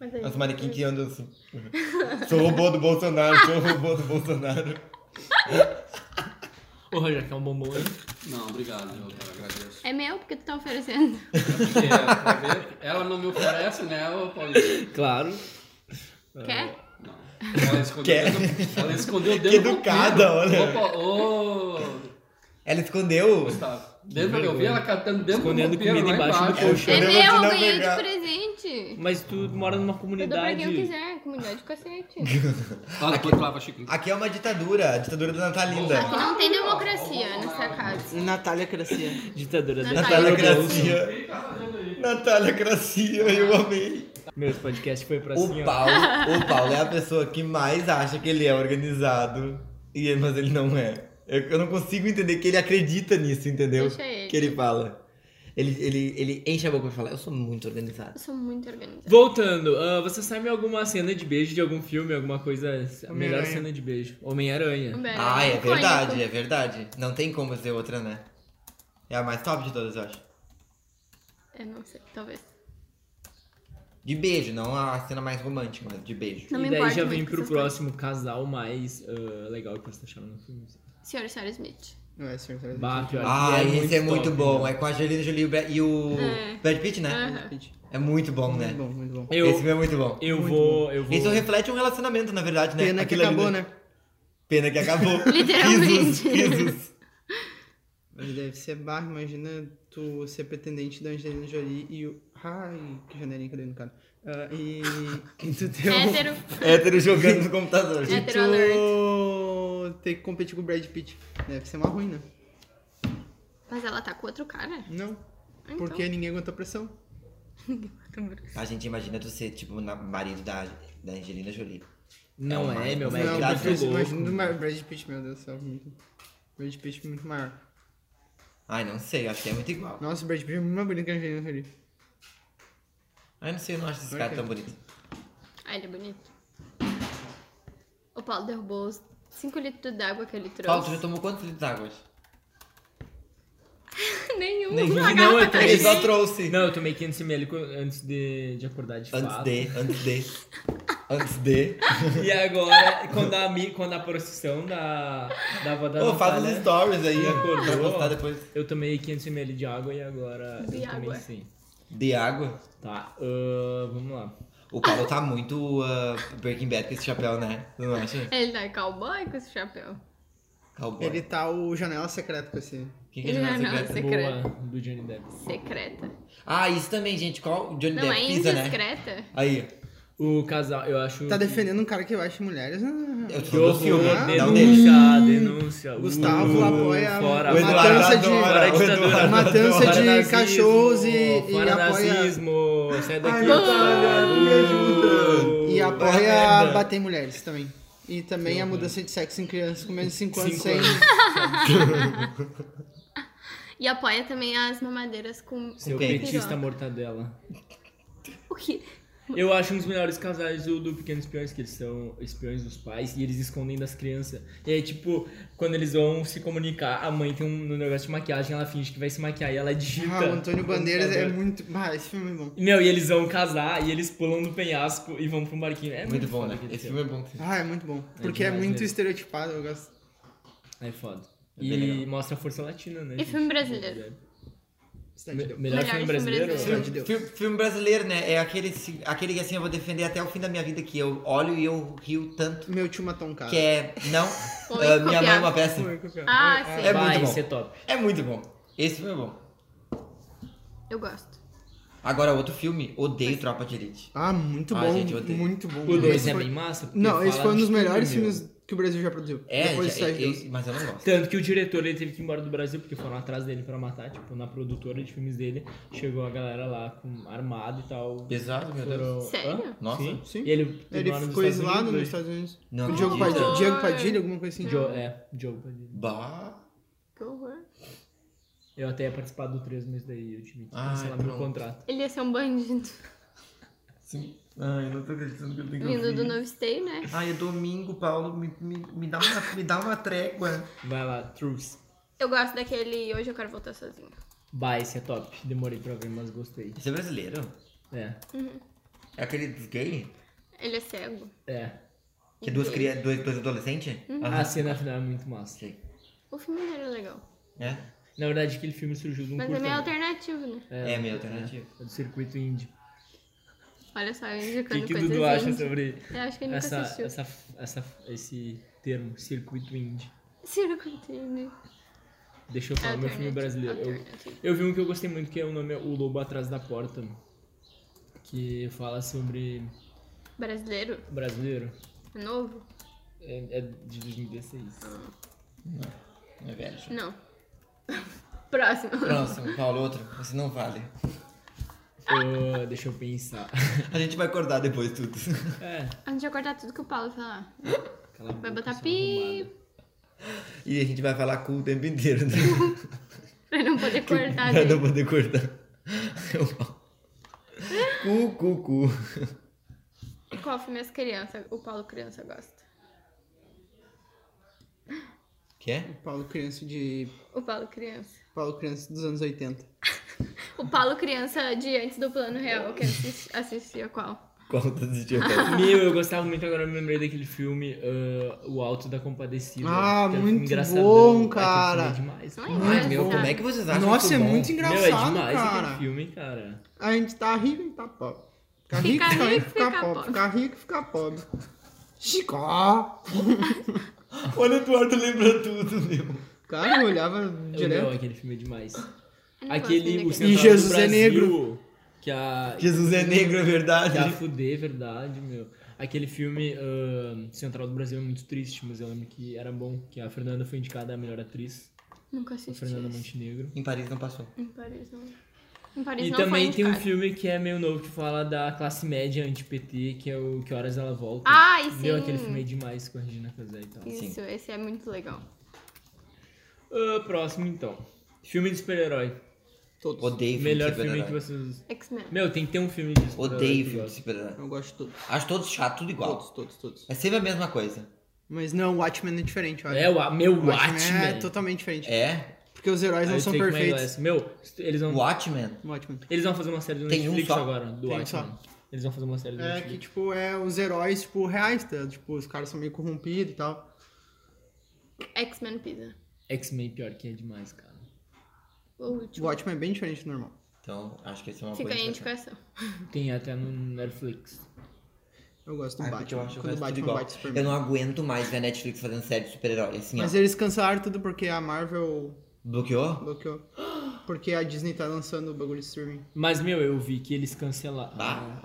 B: Mas aí-
A: As manequim que andam assim. sou robô do Bolsonaro, sou robô do Bolsonaro.
C: Ô Roger, quer um bombom aí?
E: Não, obrigado, eu agradeço.
B: É meu porque tu tá oferecendo.
E: Porque, pra ver, ela não me oferece, né, ô Paulinho?
C: Claro.
A: É.
B: Quer?
E: Não. Ela escondeu,
A: Quer?
E: o dedo- ela escondeu o dedo
A: Que
E: no
A: educada,
E: ouvido.
A: olha.
E: Opa, ô...
A: Ela escondeu.
E: Gustavo. Dentro eu vi ela catando dentro
C: Escondendo
E: do roupeiro,
C: comida
E: lá
C: embaixo do colchão.
B: É
A: Eu
B: meu,
A: vou te
B: eu
A: dar
B: ganhei de
A: pegar.
B: presente.
C: Mas tu mora numa
B: Eu dou pra
C: comunidade.
B: quem eu quiser. Comunidade do
A: [laughs]
B: cacete.
E: Ah, depois tu lava, Chico.
A: Aqui é uma ditadura, a ditadura da
B: Aqui
A: Natalinda.
B: não tem democracia nessa casa.
D: Natália Crescia.
C: Ditadura da
A: Natália
B: Natália
A: Gracia. Natália Gracia, eu amei.
C: Meu esse podcast foi pra
A: O
C: cima.
A: Paulo, o Paulo é a pessoa que mais acha que ele é organizado, e mas ele não é. Eu, eu não consigo entender que ele acredita nisso, entendeu?
B: Deixa ele.
A: Que ele fala. Ele, ele, ele enche a boca e fala, eu sou muito organizado.
B: Eu sou muito organizada.
C: Voltando, ah, você sabe alguma cena de beijo de algum filme, alguma coisa. A melhor
D: Homem-Aranha.
C: cena de beijo. Homem-Aranha.
B: Humberto,
A: Ah, é
B: Um icônico.
A: verdade, é verdade. Não tem como ser outra, né? É a mais top de todas, eu acho.
B: Eu É, não sei, talvez.
A: De beijo, não a cena mais romântica, mas de beijo.
B: Não me
C: e daí
B: importo
C: já
B: muito
C: vem
B: né, com
C: pro
B: essas coisas.
C: próximo casal mais ah, legal que vocês acharam no filme.
B: Senhor e Sarah Smith.
D: Não é, senhor. senhor.
C: Bah, pior que
A: Ah, esse é muito
C: top,
A: bom.
C: né?
A: É com a Angelina Jolie e o Brad- e o
B: É.
A: Brad Pitt, né?
B: Aham.
A: É muito bom, né?
D: Muito bom, muito bom.
C: Eu,
A: Esse filme é muito bom.
C: eu, vou, eu vou.
A: Isso reflete um relacionamento, na verdade, né?
D: Pena que
A: Aquilo ali,
D: acabou, né?
A: Pena que
B: [laughs]
A: acabou.
B: Literalmente.
A: Risos, risos.
D: Mas deve ser barro, imagina tu ser pretendente da Angelina Jolie e o. Ai, que janelinha que eu dei no cara.
A: [laughs]
D: Ah, e. [laughs] E tu ter um-
B: Hétero.
A: Hétero jogando no computador.
D: E
B: É. Hétero
D: tu ter que competir com o Brad Pitt. Deve ser uma ruim, né?
B: Mas ela tá com outro cara?
D: Não.
B: Então.
D: Porque ninguém aguenta a pressão.
A: A gente imagina tu ser, tipo, na- marido da, da Angelina Jolie.
C: Não é, meu, mas
D: não,
A: é
C: é
D: o
A: verdade,
C: muito
D: Brad Pitt,
C: louco.
D: imagina o Brad Pitt, meu Deus do céu. Muito... Brad Pitt muito maior.
A: Ai, não sei, eu acho que é muito igual.
D: Nossa, o Brad Pitt é muito mais bonito que a Angelina Jolie.
A: Ai, não sei, eu não acho esse cara
D: Ok.
A: tão bonito.
B: Ah, ele é bonito. O Paulo derrubou os 5 litros d'água que ele
A: Paulo, tu
B: trouxe.
A: já tomou quantos litros d'água? hoje?
B: [laughs] Nenhum.
A: Nenhum. é
B: A
C: Não,
B: garrafa
C: eu
B: tá
C: também.
A: Ele
B: cheia.
A: só trouxe.
C: [laughs] Não, eu tomei 500ml co- antes de, de acordar de
A: Antes
C: fato.
A: de, antes de. Antes de.
C: [laughs] E agora, quando a, mi- quando a procissão da, da avó da
A: Ô, faz
C: Natália,
A: uns stories aí,
C: Ele acordou.
A: pra postar depois.
C: eu tomei 500ml de água e agora
B: De
C: eu
B: água.
C: tomei sim.
A: De água.
C: Tá, ahn, vamos lá.
A: O Paulo tá muito ah, Breaking Bad com esse chapéu, né? Tu não acha?
B: Ele tá cowboy com esse chapéu.
A: Cowboy.
D: Ele tá o Janela Secreta com esse.
A: O que, que
B: [laughs]
A: ele não,
B: Não, não,
A: secreto?
B: Você
C: Boa,
B: crê?
C: do Johnny Depp.
B: Secreta.
A: Ah, isso também, gente. Qual o Johnny
B: Não, é
A: Depp pisa, né?
B: indiscreta.
A: Aí,
C: O casal, eu acho...
D: Tá
C: que-
D: defendendo um cara que baixa mulheres. [laughs] ah.
A: eu tô falando
C: Que
A: do
C: horror,
A: filme, um
D: né?
A: não
D: Hum.
A: dele.
C: denúncia, denúncia.
D: Gustavo
C: Uh,
D: apoia
C: fora,
D: o
A: O
C: fora,
A: Eduardo
D: Eduardo Matança de-
A: adora, o
C: matança
A: Eduardo
D: matança
A: adora.
C: fora
D: de-
C: nazismo,
D: cachorros e- e
C: Fora
D: apoia-
C: nazismo, sai daqui.
D: Ai,
C: Gustavo.
D: Natália, me ajuda. E
A: Vai,
D: apoia
A: merda.
D: bater em mulheres também. E também a mudança de sexo em crianças com menos de 5 anos
C: Cinco
D: sem.
C: anos.
B: E apoia também as mamadeiras com.
C: Seu
A: Quem?
C: petista mortadela.
B: O quê?
C: Eu acho um dos melhores casais o do Pequenos Espiões, que eles são espiões dos pais e eles escondem das crianças. E aí, tipo, quando eles vão se comunicar, a mãe tem um, um negócio de maquiagem, ela finge que vai se maquiar e ela digita.
D: [laughs] Ah, o Antônio
C: no
D: Bandeiras é
C: computador.
D: muito. Ah, esse filme é bom.
C: Meu, e eles vão casar e eles pulam do penhasco e vão pra um barquinho. É muito,
A: Muito bom,
C: foda
A: né?
C: aquele
A: Esse
C: filme.
A: filme é bom.
D: Ah, é muito bom. Porque é,
C: demais
D: muito
C: mesmo.
D: estereotipado, eu gosto.
C: É foda.
A: É bem
C: e
A: legal.
C: mostra a força latina, né?
B: E
C: gente?
B: filme brasileiro?
D: Cidade de
C: Me-
D: Deus.
C: melhor, filme brasileiro?
D: brasileiro. de
A: Filme,
D: Deus.
A: filme- filme brasileiro, né? É aquele, se- aquele que assim eu vou defender até o fim da minha vida, que eu olho e eu rio tanto.
D: Meu tio matou um cara.
A: Que é. Não.
B: Vou
A: ah,
B: me
A: minha mãe é
B: copiar.
A: uma peça.
B: Ah,
A: É
B: sim.
A: muito
C: Vai
A: bom.
C: ser top.
A: É muito bom. Esse filme é bom.
B: Eu gosto.
A: Agora, outro filme, odeio Tropa de Elite.
D: Ah, muito
A: Ah,
D: bom.
A: gente, eu odeio.
D: muito bom.
C: O 2
D: Esse
C: é
D: foi-
C: bem massa. porque
D: Não, esse
C: fala
D: foi um
C: de
D: dos
C: tudo,
D: melhores
C: é meu.
D: filmes que o Brasil já produziu.
A: É,
D: Depois do
A: já,
D: Cidade de
A: eu-
D: Deus.
A: eu- mas eu não gosto.
C: Tanto que o diretor ele teve que ir embora do Brasil porque foram atrás dele pra matar, tipo, na produtora de filmes dele, chegou a galera lá com armada e tal.
A: Pesado, meu Deus.
C: Foram...
B: Sério?
C: Hã?
A: Nossa.
C: Sim.
D: Sim.
C: E ele,
D: Ele
C: mora nos
D: ficou
C: Estados
D: isolado nos
C: Unidos,
D: Estados Unidos.
A: Não
D: O Diogo
A: acredito.
D: Padilha,
B: horror.
D: Diego Padilha, alguma coisa assim.
C: né? Joe, é, Joe Padilha.
A: Bah.
B: Que horror.
C: Eu até ia participar do 3, mas daí eu tive que
A: Ai,
C: cancelar meu
A: pronto.
C: contrato.
B: Ele ia ser um bandido.
A: Sim. Ai, não tô acreditando que eu tenho
B: Vindo do novo stay, né?
A: Ai, é domingo, Paulo. Me, me, me, dá uma, me dá uma trégua.
C: Vai lá, Truth.
B: Eu gosto daquele Hoje Eu Quero Voltar Sozinho.
C: Bye, esse é top. Demorei pra ver, mas gostei.
A: Você é brasileiro?
C: É,
A: É aquele dos gay?
B: Ele é cego.
C: é.
A: Que é duas
B: Gay.
A: crianças, dois, dois adolescentes? Aham.
C: A cena final é muito massa.
A: Sei.
B: O filme não era legal.
A: É?
C: Na verdade, aquele filme surgiu de um
B: Mas é
C: curta,
B: meio
C: né?
B: alternativo, né?
A: É meio alternativo.
C: É do circuito indie.
B: Olha só, eu
C: O que,
B: indicando
C: que o
B: coisas
C: Dudu acha
B: indie.
C: sobre
B: Eu acho que ele nunca
C: essa,
B: assistiu.
C: essa, essa, esse termo, circuito indie?
B: Circuito indie.
C: Deixa eu
B: Ah,
C: falar meu filme
B: né? Alternativo,
C: brasileiro. Eu,
B: alternativo.
C: eu vi um que eu gostei muito, que é o nome é O Lobo Atrás da Porta. Que fala sobre
B: Brasileiro?
C: brasileiro.
B: É novo?
C: É, é de 2016.
A: É velho.
B: Não. [laughs] Próximo.
A: Próximo, Paulo, outro. Você não vale.
C: Ah, deixa eu
B: [laughs]
C: pensar.
A: A gente vai acordar depois tudo.
C: É,
B: A gente vai cortar tudo que o Paulo falar.
C: cala a
B: Vai
C: boca,
B: botar
C: sua
B: pi.
C: arrombada.
A: E a gente vai falar cu o tempo inteiro, né?
B: Pra não
C: [laughs]
B: poder cortar
A: Pra
B: dele.
A: não poder cortar. Eu falo. Cu, cu, cu.
B: Qual filme as crianças, o Paulo criança gosta?
C: é.
A: Quer?
D: Paulo Criança de.
B: O Paulo criança.
D: Paulo Criança dos anos 80.
B: O Paulo criança de antes do plano real, que assisti- assistia qual?
A: Qual tu assistiu? Pedro?
C: Meu, eu gostava muito, agora eu me lembrei daquele filme ah, O Alto da Compadecida.
D: Ah,
C: que é um filme
D: muito
C: engraçadão.
D: bom,
C: Aquele filme
D: cara.
C: É demais.
B: Não é
C: cara.
A: Ai, meu,
B: engraçado.
A: como é que vocês acham
D: Nossa, é muito
A: bom?
D: engraçado,
C: Meu, é demais
D: cara.
C: aquele filme, cara.
D: A gente tá rico e tá pobre.
B: Fica
D: Ficar rico, ficar
B: rico,
D: rico, ficar
B: fica
D: pobre.
B: pobre.
D: Ficar rico, ficar pobre. Chicó!
A: Olha, o Eduardo lembra tudo, meu.
D: Cara, eu olhava
C: Eu, meu,
D: direto.
C: aquele filme é demais.
B: Eu não
C: Aquele
B: gosto
C: o
B: daquele.
C: Central do
D: Jesus é
C: Brasil,
D: negro.
C: Que a.
A: Jesus é negro, é verdade.
C: Que a fuder, verdade, meu. Aquele filme ahn, Central do Brasil é muito triste, mas eu lembro que era bom. Que a Fernanda foi indicada a melhor atriz.
B: Nunca
C: A
B: assisti.
C: Fernanda
B: esse.
C: Montenegro.
A: Em Paris não passou.
B: Em Paris não. Em Paris
C: E
B: não
C: também
B: foi
C: tem um
B: indicado.
C: filme que é meio novo que fala da classe média anti-PT, que é o Que Horas Ela Volta.
B: Ai,
C: Meu,
B: Ah, sim.
C: aquele filme é demais com a Regina Casé e tal.
B: Isso, esse é muito legal.
C: Ah, próximo então. Filme de super-herói.
D: Todos.
A: Odeio filme
C: Melhor
A: de
C: filme que
A: super-herói.
C: vocês.
B: X-Men.
C: Meu, tem que ter um filme de super-herói.
A: Odeio
C: que
A: filme de
C: gosta.
A: super-herói.
D: Eu gosto de todos.
A: Acho todos chato, tudo igual.
D: Todos, todos, todos.
A: É sempre a mesma coisa.
D: Mas não, Watchmen é diferente, olha.
C: É, o meu
D: O Watchmen
C: Watchmen.
D: é totalmente diferente.
A: É?
D: Porque os heróis não
C: I
D: são
C: take my
D: perfeitos.
C: glass. Meu, eles vão,
A: Watchmen?
D: Watchmen.
C: eles vão fazer uma série do
A: Tem um
C: Netflix
A: só.
C: agora, do
D: Tem um
C: Watchmen. Eles vão fazer uma série do
D: É, que,
C: Netflix.
D: tipo, é os heróis, tipo, reais, tá? ligado? Tipo, os caras são meio corrompidos e tal.
B: X-Men Pizza.
C: X-Men pior que é demais, cara.
B: O último.
D: Watchmen é bem diferente do normal.
A: Então, acho que esse é uma
B: Fica
A: coisa.
B: aí a
A: interessante.
B: indicação.
C: Tem até no Netflix.
D: Eu gosto do
A: Ah, porque eu
D: Batman.
A: acho que
D: Quando
A: faz
D: o
A: tudo
D: Batman
A: igual.
D: bate Superman.
A: Eu não aguento mais ver a Netflix fazendo série de super-herói. Assim,
D: Mas é-
A: ó.
D: eles cancelaram tudo porque a Marvel
A: Bloqueou?
D: bloqueou. Porque a Disney tá lançando o bagulho de streaming.
C: Mas, meu, eu vi que eles cancelaram.
A: Ah.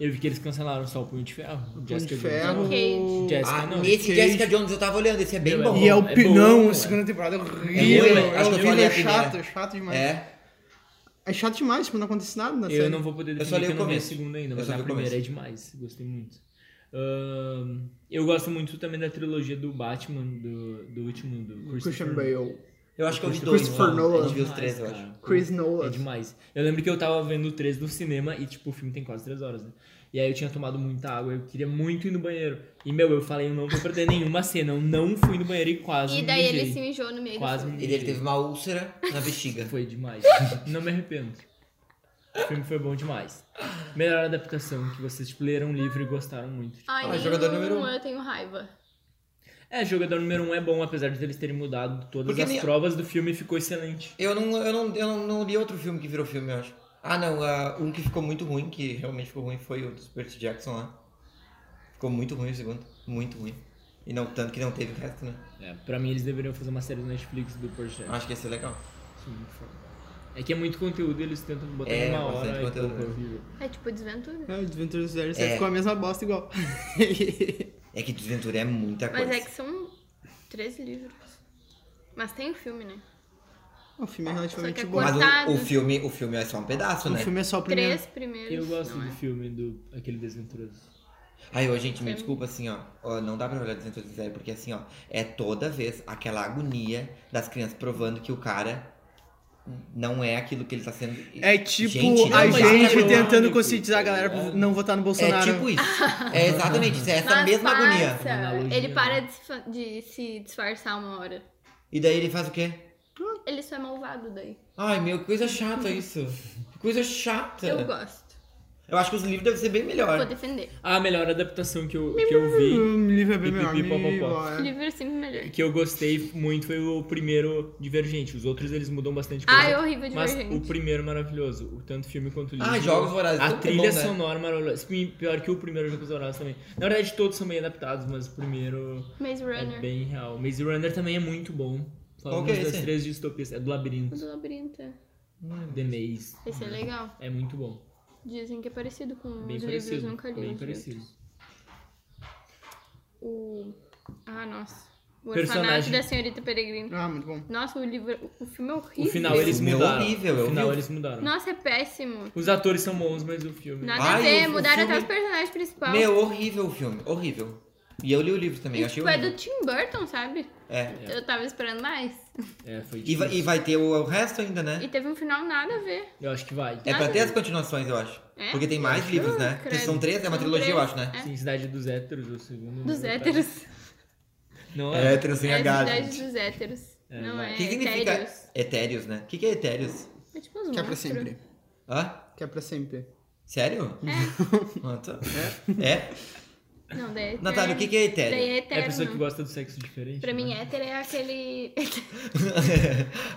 C: Eu vi que eles cancelaram só o Punho de Ferro.
D: O Punho
C: Jessica
D: de
C: Jones.
D: Ferro.
B: Cage.
C: Jessica
A: Ah,
C: não.
A: esse
D: Cage.
A: Jessica Jones eu tava olhando, esse é bem
C: Meu,
A: bom.
C: é
D: E é o
C: bom,
D: pinão,
C: é.
D: segunda temporada é horrível.
A: ruim,
D: É,
A: acho que eu
D: horrível,
A: falei a
D: é
A: primeira.
D: chato, é chato demais.
A: É?
D: É chato demais, tipo, não acontece nada na série.
C: Eu não vou poder
A: Eu só
C: definir
A: li
C: que
A: o
C: eu não vi a
A: começo.
C: segunda ainda,
A: Eu
C: mas
A: só
C: a
A: vi o
C: primeira
A: começo.
C: é demais. Gostei muito. Ahn, eu gosto muito também da trilogia do Batman, do, do último, do
D: Christian Bale,
A: Eu acho que eu vi dois.
D: Christopher
A: mano.
D: Nolan.
A: A gente viu os
C: É Demais,
A: três, eu
C: cara.
A: acho.
D: Chris
C: É
D: Nolan.
C: demais. Eu lembro que eu tava vendo o 3 no cinema e, tipo, o filme tem quase 3 horas, né? E aí eu tinha tomado muita água, eu queria muito ir no banheiro. E, meu, eu falei, eu não vou perder nenhuma cena. Eu não fui no banheiro e quase
B: E
C: me
B: daí ele
C: mijei.
B: se mijou no meio do
C: Quase
B: filme.
C: me
A: E ele
C: mijei.
A: teve uma úlcera na bexiga. [laughs]
C: Foi demais. não me arrependo. O filme foi bom demais. Melhor adaptação que vocês tipo, leram o livro e gostaram muito.
B: Ai,
A: Ah,
B: nenhum,
A: jogador número um.
B: eu tenho raiva.
C: É, jogador número 1 um é bom, apesar de eles terem mudado todas
A: Porque
C: as
A: nem-
C: provas do filme, ficou excelente.
A: Eu não, eu não, eu não, não li outro filme que virou filme, eu acho. Ah, não, ah, um que ficou muito ruim, que realmente ficou ruim, foi o do Percy Jackson lá. Ficou muito ruim o segundo, muito ruim. E não tanto que não teve o resto, né?
C: É, pra mim, eles deveriam fazer uma série do Netflix do Porsche.
A: Acho que ia ser legal.
C: É que é muito conteúdo e eles tentam botar
A: É,
C: em uma
A: bastante
C: hora. e
A: conteúdo
C: pouco.
B: É tipo desventura.
D: É, o Adventures Zero
A: É.
D: sempre ficou a mesma bosta igual.
A: É que Desventura é muita coisa.
B: Mas é que são três livros. Mas tem o filme, né?
D: o filme é relativamente
B: Só que é
D: bom.
A: Mas o- o,
B: cortado.
A: filme, o filme é só um pedaço,
D: O
A: né?
D: filme é só o primeiro.
B: Três primeiros.
C: Eu gosto
B: não
C: do
B: é?
C: filme do aquele desventuroso.
A: Ai, ô, gente, me
B: Sim.
A: desculpa, assim, ó, ó, Não dá pra olhar 206, porque assim, ó. É toda vez aquela agonia das crianças provando que o cara não é aquilo que ele tá sendo.
D: É tipo
A: Gente,
D: a
A: não dá.
D: gente
C: irônico,
D: tentando conscientizar a galera pra
C: é.
D: não votar no
A: É
D: Bolsonaro.
A: tipo isso. É exatamente isso. É essa
B: Mas
A: mesma
B: passa,
A: agonia.
C: analogia,
B: Ele
C: né?
B: para de se, fa- de se disfarçar uma hora.
A: E daí ele faz o quê?
B: Ele só é malvado daí.
A: Ai, meu, que coisa chata isso. Que coisa chata.
B: Eu gosto.
A: Eu acho que os livros devem ser bem
B: Vou
A: melhor.
B: defender.
C: A Ah, melhor adaptação que eu, que eu vi,
D: O livro é bem melhor.
C: Pipipi,
D: me-
C: popopó.
D: ó, é.
B: Livro é sempre melhor.
C: que eu gostei muito, foi o primeiro Divergente. Os outros eles mudam bastante coisa.
B: Ah, é horrível
C: Mas
B: Divergente.
C: o primeiro é maravilhoso, o tanto filme quanto livro.
A: Ah, Jogos Vorazes,
C: A
A: tudo que é
C: trilha
A: bom, né?
C: sonora maravilhosa. Pi- Pior que o primeiro Jogos Vorazes também. Na verdade, todos são bem adaptados, mas o primeiro
B: Maze Runner.
C: é bem real. Maze Runner também é muito bom.
A: Qual
C: Falando
A: que é
C: das
A: esse? Hum.
C: três distopias. É
B: O
C: do Labirinto,
B: do labirinto. é.
C: The Maze.
B: Esse é legal.
C: É muito bom.
B: Dizem que é parecido com
C: Bem
B: os livros,
C: parecido.
B: nunca li.
C: Bem
B: os
C: parecido.
B: livros. O... Ah, nossa. O
C: Personagem.
B: Orfanato da Senhorita Peregrino.
D: Ah, muito bom.
B: Nossa, o livro... O filme é
C: O
B: horrível.
C: final
A: Esse
C: eles
A: filme é
C: mudaram.
A: horrível, eu
C: o final
A: vi.
C: eles mudaram.
B: Nossa, é péssimo.
C: Os atores são bons, mas o filme.
B: Nada
A: Ai,
B: a ver,
A: o- o
B: mudaram
A: filme-
B: até os personagens principais.
A: Meu, horrível o filme. Horrível. E eu li o livro também,
B: um- E,
A: eu achei
B: tipo, é
A: horrível.
B: do Tim Burton, sabe?
A: É.
B: Eu tava esperando mais.
C: É, foi
A: E vai,
C: difícil.
A: e vai ter o, o resto ainda, né?
B: E teve um final nada a ver.
C: Eu acho que vai.
A: É pra ter as continuações, eu acho.
B: É?
A: Porque tem mais livros, né?
B: credo.
A: Porque são três, é uma
B: São
A: trilogia, eu
B: três,
A: acho, né?
B: é.
C: Sim, Cidade dos Héteros, o segundo.
B: Dos
C: né?
B: héteros.
C: Não
A: É,
C: é?
A: hétero sem
B: é a
A: H.
B: cidade
A: gente.
B: dos héteros. não é
A: O que significa
B: etéreos.
A: etéreos, né? O que, que é etéreos?
B: É tipo os
D: Que é pra
B: monstros.
D: sempre.
A: Hã?
D: Que é pra sempre.
A: Sério? [laughs] Ah, tá. É?
B: Não, daí é
A: Natália, o que, que é etéreo?
B: Daí é
C: É a
B: eterno.
C: pessoa que gosta do sexo diferente.
B: Pra
C: né?
B: mim, hétero
A: [laughs]
B: é aquele...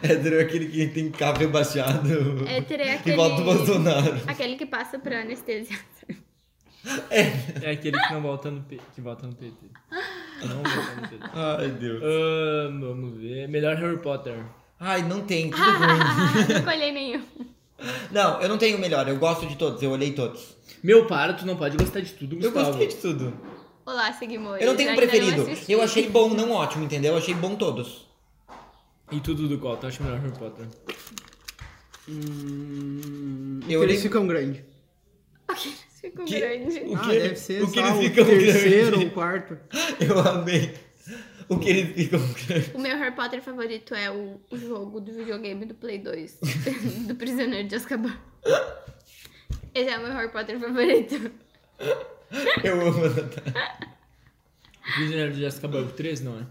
A: hétero [laughs] é aquele que tem cabelo baixado.
B: hétero
A: [laughs]
B: é
A: Que volta o
B: aquele...
A: Bolsonaro.
B: aquele que passa pra [laughs] anestesia.
C: É aquele que não volta no, P... que volta no PT. Não volta no
B: [laughs]
C: PT.
A: Ai, Deus.
C: Ahn, vamos ver. Melhor Harry Potter.
A: Ai, não tem, tudo
B: Ah,
A: ruim.
B: não colhei nenhum. ah.
A: Não, eu não tenho o melhor, eu gosto de todos, eu olhei todos.
C: Meu, para, tu não pode gostar de tudo,
A: Eu
C: Gustavo.
A: gostei de tudo.
B: Olá, Seguimores.
A: Eu não tenho um
B: Ainda
A: preferido.
B: assisti.
A: Eu
B: [laughs]
A: achei bom, não ótimo, entendeu? Eu achei bom todos. [laughs]
C: E tudo do qual? Tu acha melhor Harry Potter?
D: Hum,
A: Eu
D: eles
A: li-
D: ficam grandes.
B: O que eles ficam
A: Que-
B: grandes?
A: O
D: Ah,
A: que-
D: deve ser
A: o que
D: só
A: eles
D: o
A: ficam
D: terceiro
A: grandes?
D: ou quarto.
A: Eu amei. o que eles ficam. [laughs]
B: O meu Harry Potter favorito é o, o jogo do videogame do Play 2, do Prisioneiro de Azkaban. Esse é o meu Harry Potter favorito.
A: Eu amo a Natália.
C: Prisioneiro de Azkaban, o 3 não é?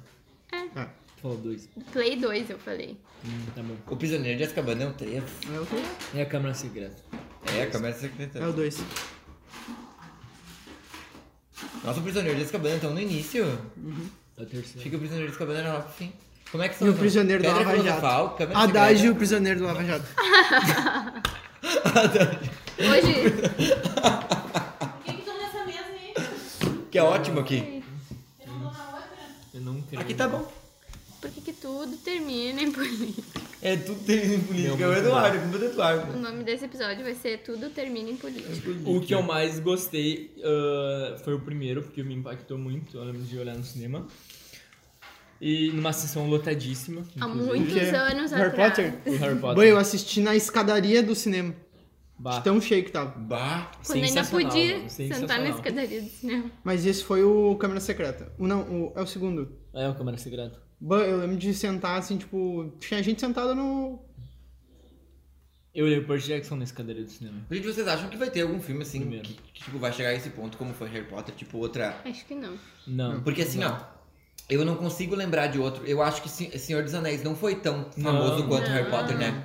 D: Ah,
C: Tu falou 2.
B: Do Play 2 eu falei.
C: Tá bom.
A: O prisioneiro de Azkaban não tem.
D: é o quê?
C: É a câmera secreta.
A: É, a câmera
D: É o
A: secretária.
D: 2.
A: Nossa, o prisioneiro de Azkaban então no início.
C: É o terceiro.
A: Fica o prisioneiro de Azkaban era lá pro fim. Como é que são?
D: E o
A: não?
D: prisioneiro da
A: Pedra
D: Lava
A: Filosofal,
D: Jato.
A: Câmera
D: Haddad e
A: Secreta.
D: o prisioneiro do Lava Jato.
B: Hoje,
F: Por que que tô nessa mesa aí?
A: Que é ótimo aqui.
F: Eu não tô na outra.
C: Eu não creio.
A: Aqui tá bom.
B: por que, que tudo termina em política?
A: É tudo tem em política. É
C: Meu,
A: o
C: muito
A: Eduardo, é culpa do
B: O
A: Eduardo.
B: nome desse episódio vai ser Tudo Termina em Política.
C: O que eu mais gostei ah, foi o primeiro, porque me impactou muito. Eu lembro de olhar no cinema. E numa sessão lotadíssima.
B: Há
C: inclusive.
B: muitos
D: Porque
B: anos
D: é Harry
B: atrás.
D: Potter?
C: O Harry Potter.
D: Boi, eu assisti na escadaria do cinema.
C: Bah,
D: De tão cheio que tava.
A: Bah.
B: Quando ainda
C: sensacional,
B: podia
C: mano,
B: sentar na
C: sensacional.
B: escadaria do cinema.
D: Mas esse foi o Câmera Secreta. O não, o- é o segundo.
C: É o câmera secreta.
D: Boi, eu lembro de sentar assim, tipo. Tinha gente sentada no.
C: Eu olhei o Percy Jackson na escadaria do cinema.
A: Gente, vocês acham que vai ter algum filme assim
C: Primeiro.
A: que, que, tipo, vai chegar a esse ponto, como foi Harry Potter? Tipo, outra.
B: Acho que não.
C: Não.
A: Porque assim, ó. Eu não consigo lembrar de outro. Eu acho que Sen- Senhor dos Anéis não foi tão
C: Não.
A: famoso quanto
B: Não.
A: Harry Potter, né?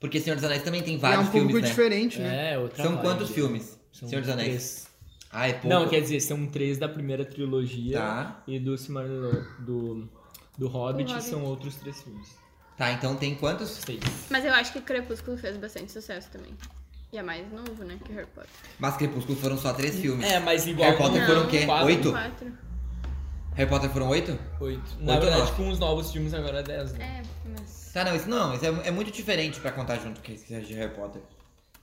A: Porque Senhor dos Anéis também tem
D: É
A: vários
D: um público
A: filmes, né?
D: diferente, né?
C: É, outra
A: São
C: vibe.
A: quantos filmes?
C: São
A: Senhor dos Anéis.
C: três.
A: Ah, é pouco.
C: Não, quer dizer, são três da primeira trilogia.
A: Tá.
C: E do Silmarillion, do, do
B: Do
C: Hobbit,
B: Hobbit.
C: são outros três filmes.
A: Tá, então tem quantos?
C: Seis.
B: Mas eu acho que Crepúsculo fez bastante sucesso também. E é mais novo, né, que Harry Potter.
A: Mas Crepúsculo foram só três filmes.
C: É, mas igual.
A: Harry Potter
C: com
A: foram o quê?
C: quatro,
A: Oito?
B: Quatro.
A: Harry Potter foram oito?
C: Oito. Na
A: Oito ou
C: verdade,
A: nove?
C: com os novos filmes agora é dez, né?
B: É, mas...
A: Tá, não, isso não. Isso é, é muito diferente pra contar junto que esse de Harry Potter.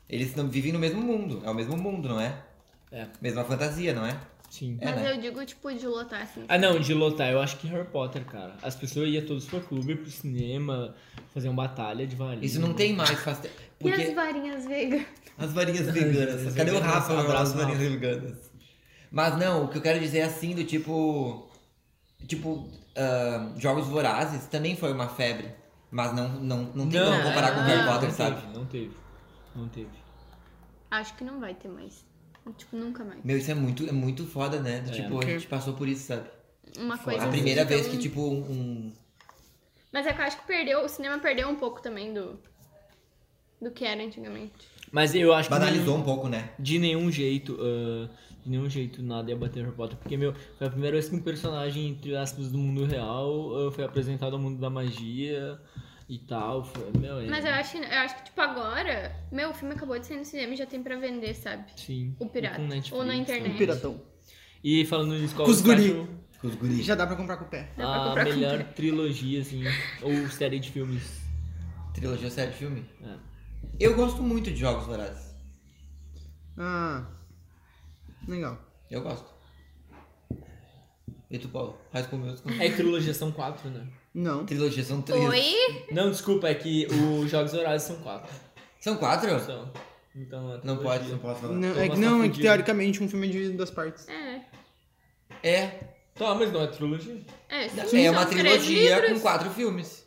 A: Eles não vivem no mesmo mundo. É o mesmo mundo, não é?
C: É.
A: Mesma fantasia, não é?
C: Sim.
A: É,
B: Mas
A: né?
B: eu digo, tipo, de lotar, assim.
C: Ah, não, de lotar, eu acho que Harry Potter, cara. As pessoas iam todos pro clube, pro cinema, fazer uma batalha de varinha.
A: Isso não tem mais. Faz te-
B: E as
A: Porque
B: varinhas vegan?
A: as varinhas veganas.
C: As
A: Cadê o
C: varinhas
A: Rafa
C: veganas,
A: agora as
C: Rafa.
A: varinhas veganas? Mas não, o que eu quero dizer é assim, do tipo... Tipo, ah, Jogos Vorazes também foi uma febre. Mas não, não, não tem como comparar com
B: não,
A: Harry Potter,
C: não
A: sabe?
C: Teve, não teve. Não teve.
B: Acho que não vai ter mais. Tipo, nunca mais.
A: Meu, isso é muito, é muito foda, né? Do
C: É.
A: tipo, a gente passou por isso, sabe?
B: Uma
C: Foi
B: coisa
A: A
B: assim,
A: primeira
B: então-
A: vez que, tipo, um... um-
B: Mas é que eu acho que perdeu, o cinema perdeu um pouco também do... Do que era antigamente.
C: Mas eu acho que.
A: Banalizou um pouco, né?
C: De nenhum jeito, ah, de nenhum jeito nada ia bater Harry Potter, porque, meu, foi a primeira vez que um personagem, entre aspas, do mundo real ah, foi apresentado ao mundo da magia e tal. Foi, meu, é-
B: Mas eu acho, eu acho que, tipo, agora... Meu, o filme acabou de sair no cinema e já tem pra vender, sabe?
C: Sim.
B: O pirata.
C: Com Netflix,
B: Ou na internet.
C: né?
D: Um Piratão.
C: E falando nisso, qual
D: Com os
C: você acha
D: guri.
C: o-
A: Os guris.
D: Já dá pra comprar com o pé.
B: Dá pra
C: a
B: comprar com
C: melhor
B: pé.
C: trilogia, assim, ou série de filmes?
A: Trilogia série de filme?
C: É.
A: Eu gosto muito de Jogos Vorazes.
D: Ah. Legal.
A: Eu gosto. E tu, Paulo? High School Musical?
C: É que trilogia são quatro, né?
D: Não.
A: Trilogia são três.
B: Oi?
C: Não, desculpa, é que os Jogos Horários são quatro.
A: São quatro?
C: São. Então, a
A: Não
C: trilogia-
A: pode, não posso falar.
D: Não,
C: Thomas
D: é, que-
C: tá
D: não, é que
C: fudido.
D: teoricamente um filme é dividido em duas partes.
B: É.
A: É.
C: Tá, mas não é trilogia.
B: É,
A: é
B: são
A: uma
B: três
A: trilogia
B: livros.
A: com quatro filmes.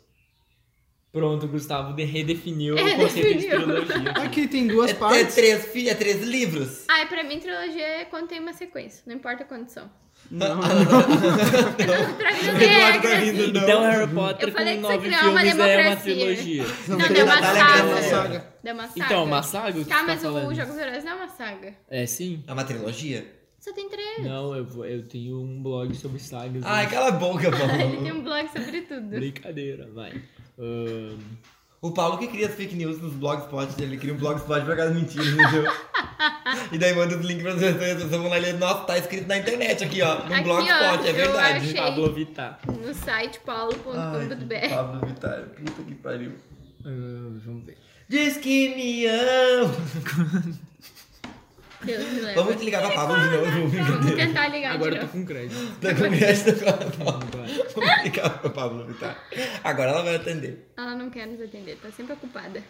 C: Pronto, o Gustavo de- redefiniu o
B: É Redefiniu.
C: conceito de trilogia.
D: Aqui tem duas
A: É, é
D: partes.
A: três filhos, é três livros.
B: Ai, Ah, pra mim, trilogia é quando tem uma sequência. Não importa a condição. é
D: Não,
A: Ah,
B: Não traga as
A: Eduardo tá
B: regras.
A: rindo, não.
C: Então Harry Potter
B: Eu falei
C: com
B: que você
C: nove
B: criou uma
C: filmes é uma
B: democracia.
C: trilogia.
D: não,
B: Não,
D: não,
B: deu uma
A: Natália é
B: saga.
D: uma saga.
B: Deu uma saga.
C: Então, uma saga? o que
B: Tá,
C: tu
B: mas
C: falando?
B: o Jogos Vorazes não é uma saga.
C: É sim?
A: É uma trilogia?
B: Só tem três.
C: Não, eu, vou- eu tenho um blog sobre sagas.
A: Ai,
C: né?
A: cala a boca,
B: [laughs] Ele tem
A: Paulo.
B: um blog sobre tudo.
C: Brincadeira, vai. Ahn,
A: o Paulo que cria as fake news nos blogspots dele. Ele cria um blogspot pra cada mentira, entendeu? e daí manda os links pra vocês, as pessoas vão lá e lê. Nossa, tá escrito na internet aqui, ó. Num
B: Aqui,
A: blogspot,
B: ó,
A: é
B: eu
A: verdade.
B: achei.
C: Pablo Vittar.
B: No site paulo.com.br.
A: [laughs] Pablo Vittar, puta que pariu.
C: Ahn, Ah, vamos ver.
A: Diz que me ama.
B: Deus me leva.
A: Vamos te ligar pra Pablo de novo.
C: [laughs]
B: Vamos tentar ligar
C: Agora
B: de novo.
C: eu tô Tá com crédito.
A: Da conversa com a
C: Vai.
A: Vamos ligar pra Pablo Vittar. Agora ela vai atender.
B: Ela não quer nos atender, tá sempre ocupada.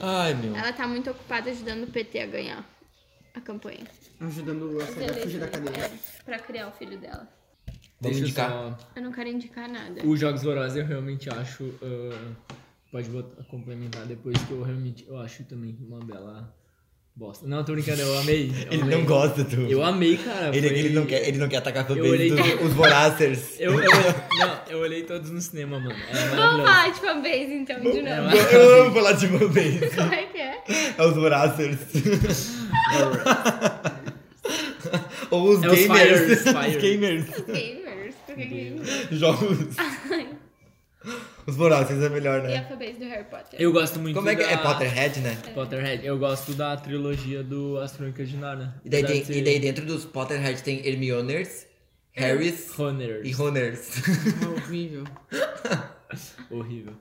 A: Ai, meu.
B: Ela tá muito ocupada ajudando o PT a ganhar a campanha.
D: Ajudando a
B: As
D: saga a fugir da
B: eleições,
D: cadeia.
B: é, Pra criar o filho dela.
A: Vamos
C: Deixa eu
A: indicar.
C: só-
B: Eu não quero indicar nada.
C: Os Jogos Vorazes eu realmente acho. ah, pode botar- complementar depois que eu realmente. Eu acho também uma bela bosta. Não, tô brincando, eu amei. eu
A: Ele
C: amei.
A: não gosta do.
C: Eu amei, cara.
A: Ele,
C: foi-
A: ele, não quer, ele não quer atacar
C: Eu
A: fanbase
C: olhei-
A: dos os Voracers.
C: Eu, eu- não, eu olhei todos no cinema, mano. É
B: Vamos
C: maravilhoso.
B: falar de fanbase então, de novo.
C: Não,
A: Eu amo falar de fanbase.
B: [laughs] Como é que é?
A: É os
C: [laughs]
A: Voracers. Ou os
C: É os
A: gamers.
C: Fires,
A: Os
C: Fires.
A: gamers.
B: Os gamers. Por que que
A: Jogos. Os Voracers é melhor,
B: [laughs] E a
A: né?
B: fanbase do Harry Potter?
C: Eu gosto muito
A: Como é que
C: da...
A: é Potterhead, né?
C: Potterhead. Eu gosto da trilogia do As Crônicas de Narnia.
A: E daí, tem-
C: Apesar de
A: e daí
C: ser
A: dentro dos Potterhead tem Hermioners,
C: É.
A: Harrys
C: Honor.
A: e
C: [laughs]
A: Honors.
D: É horrível.
C: Horrível.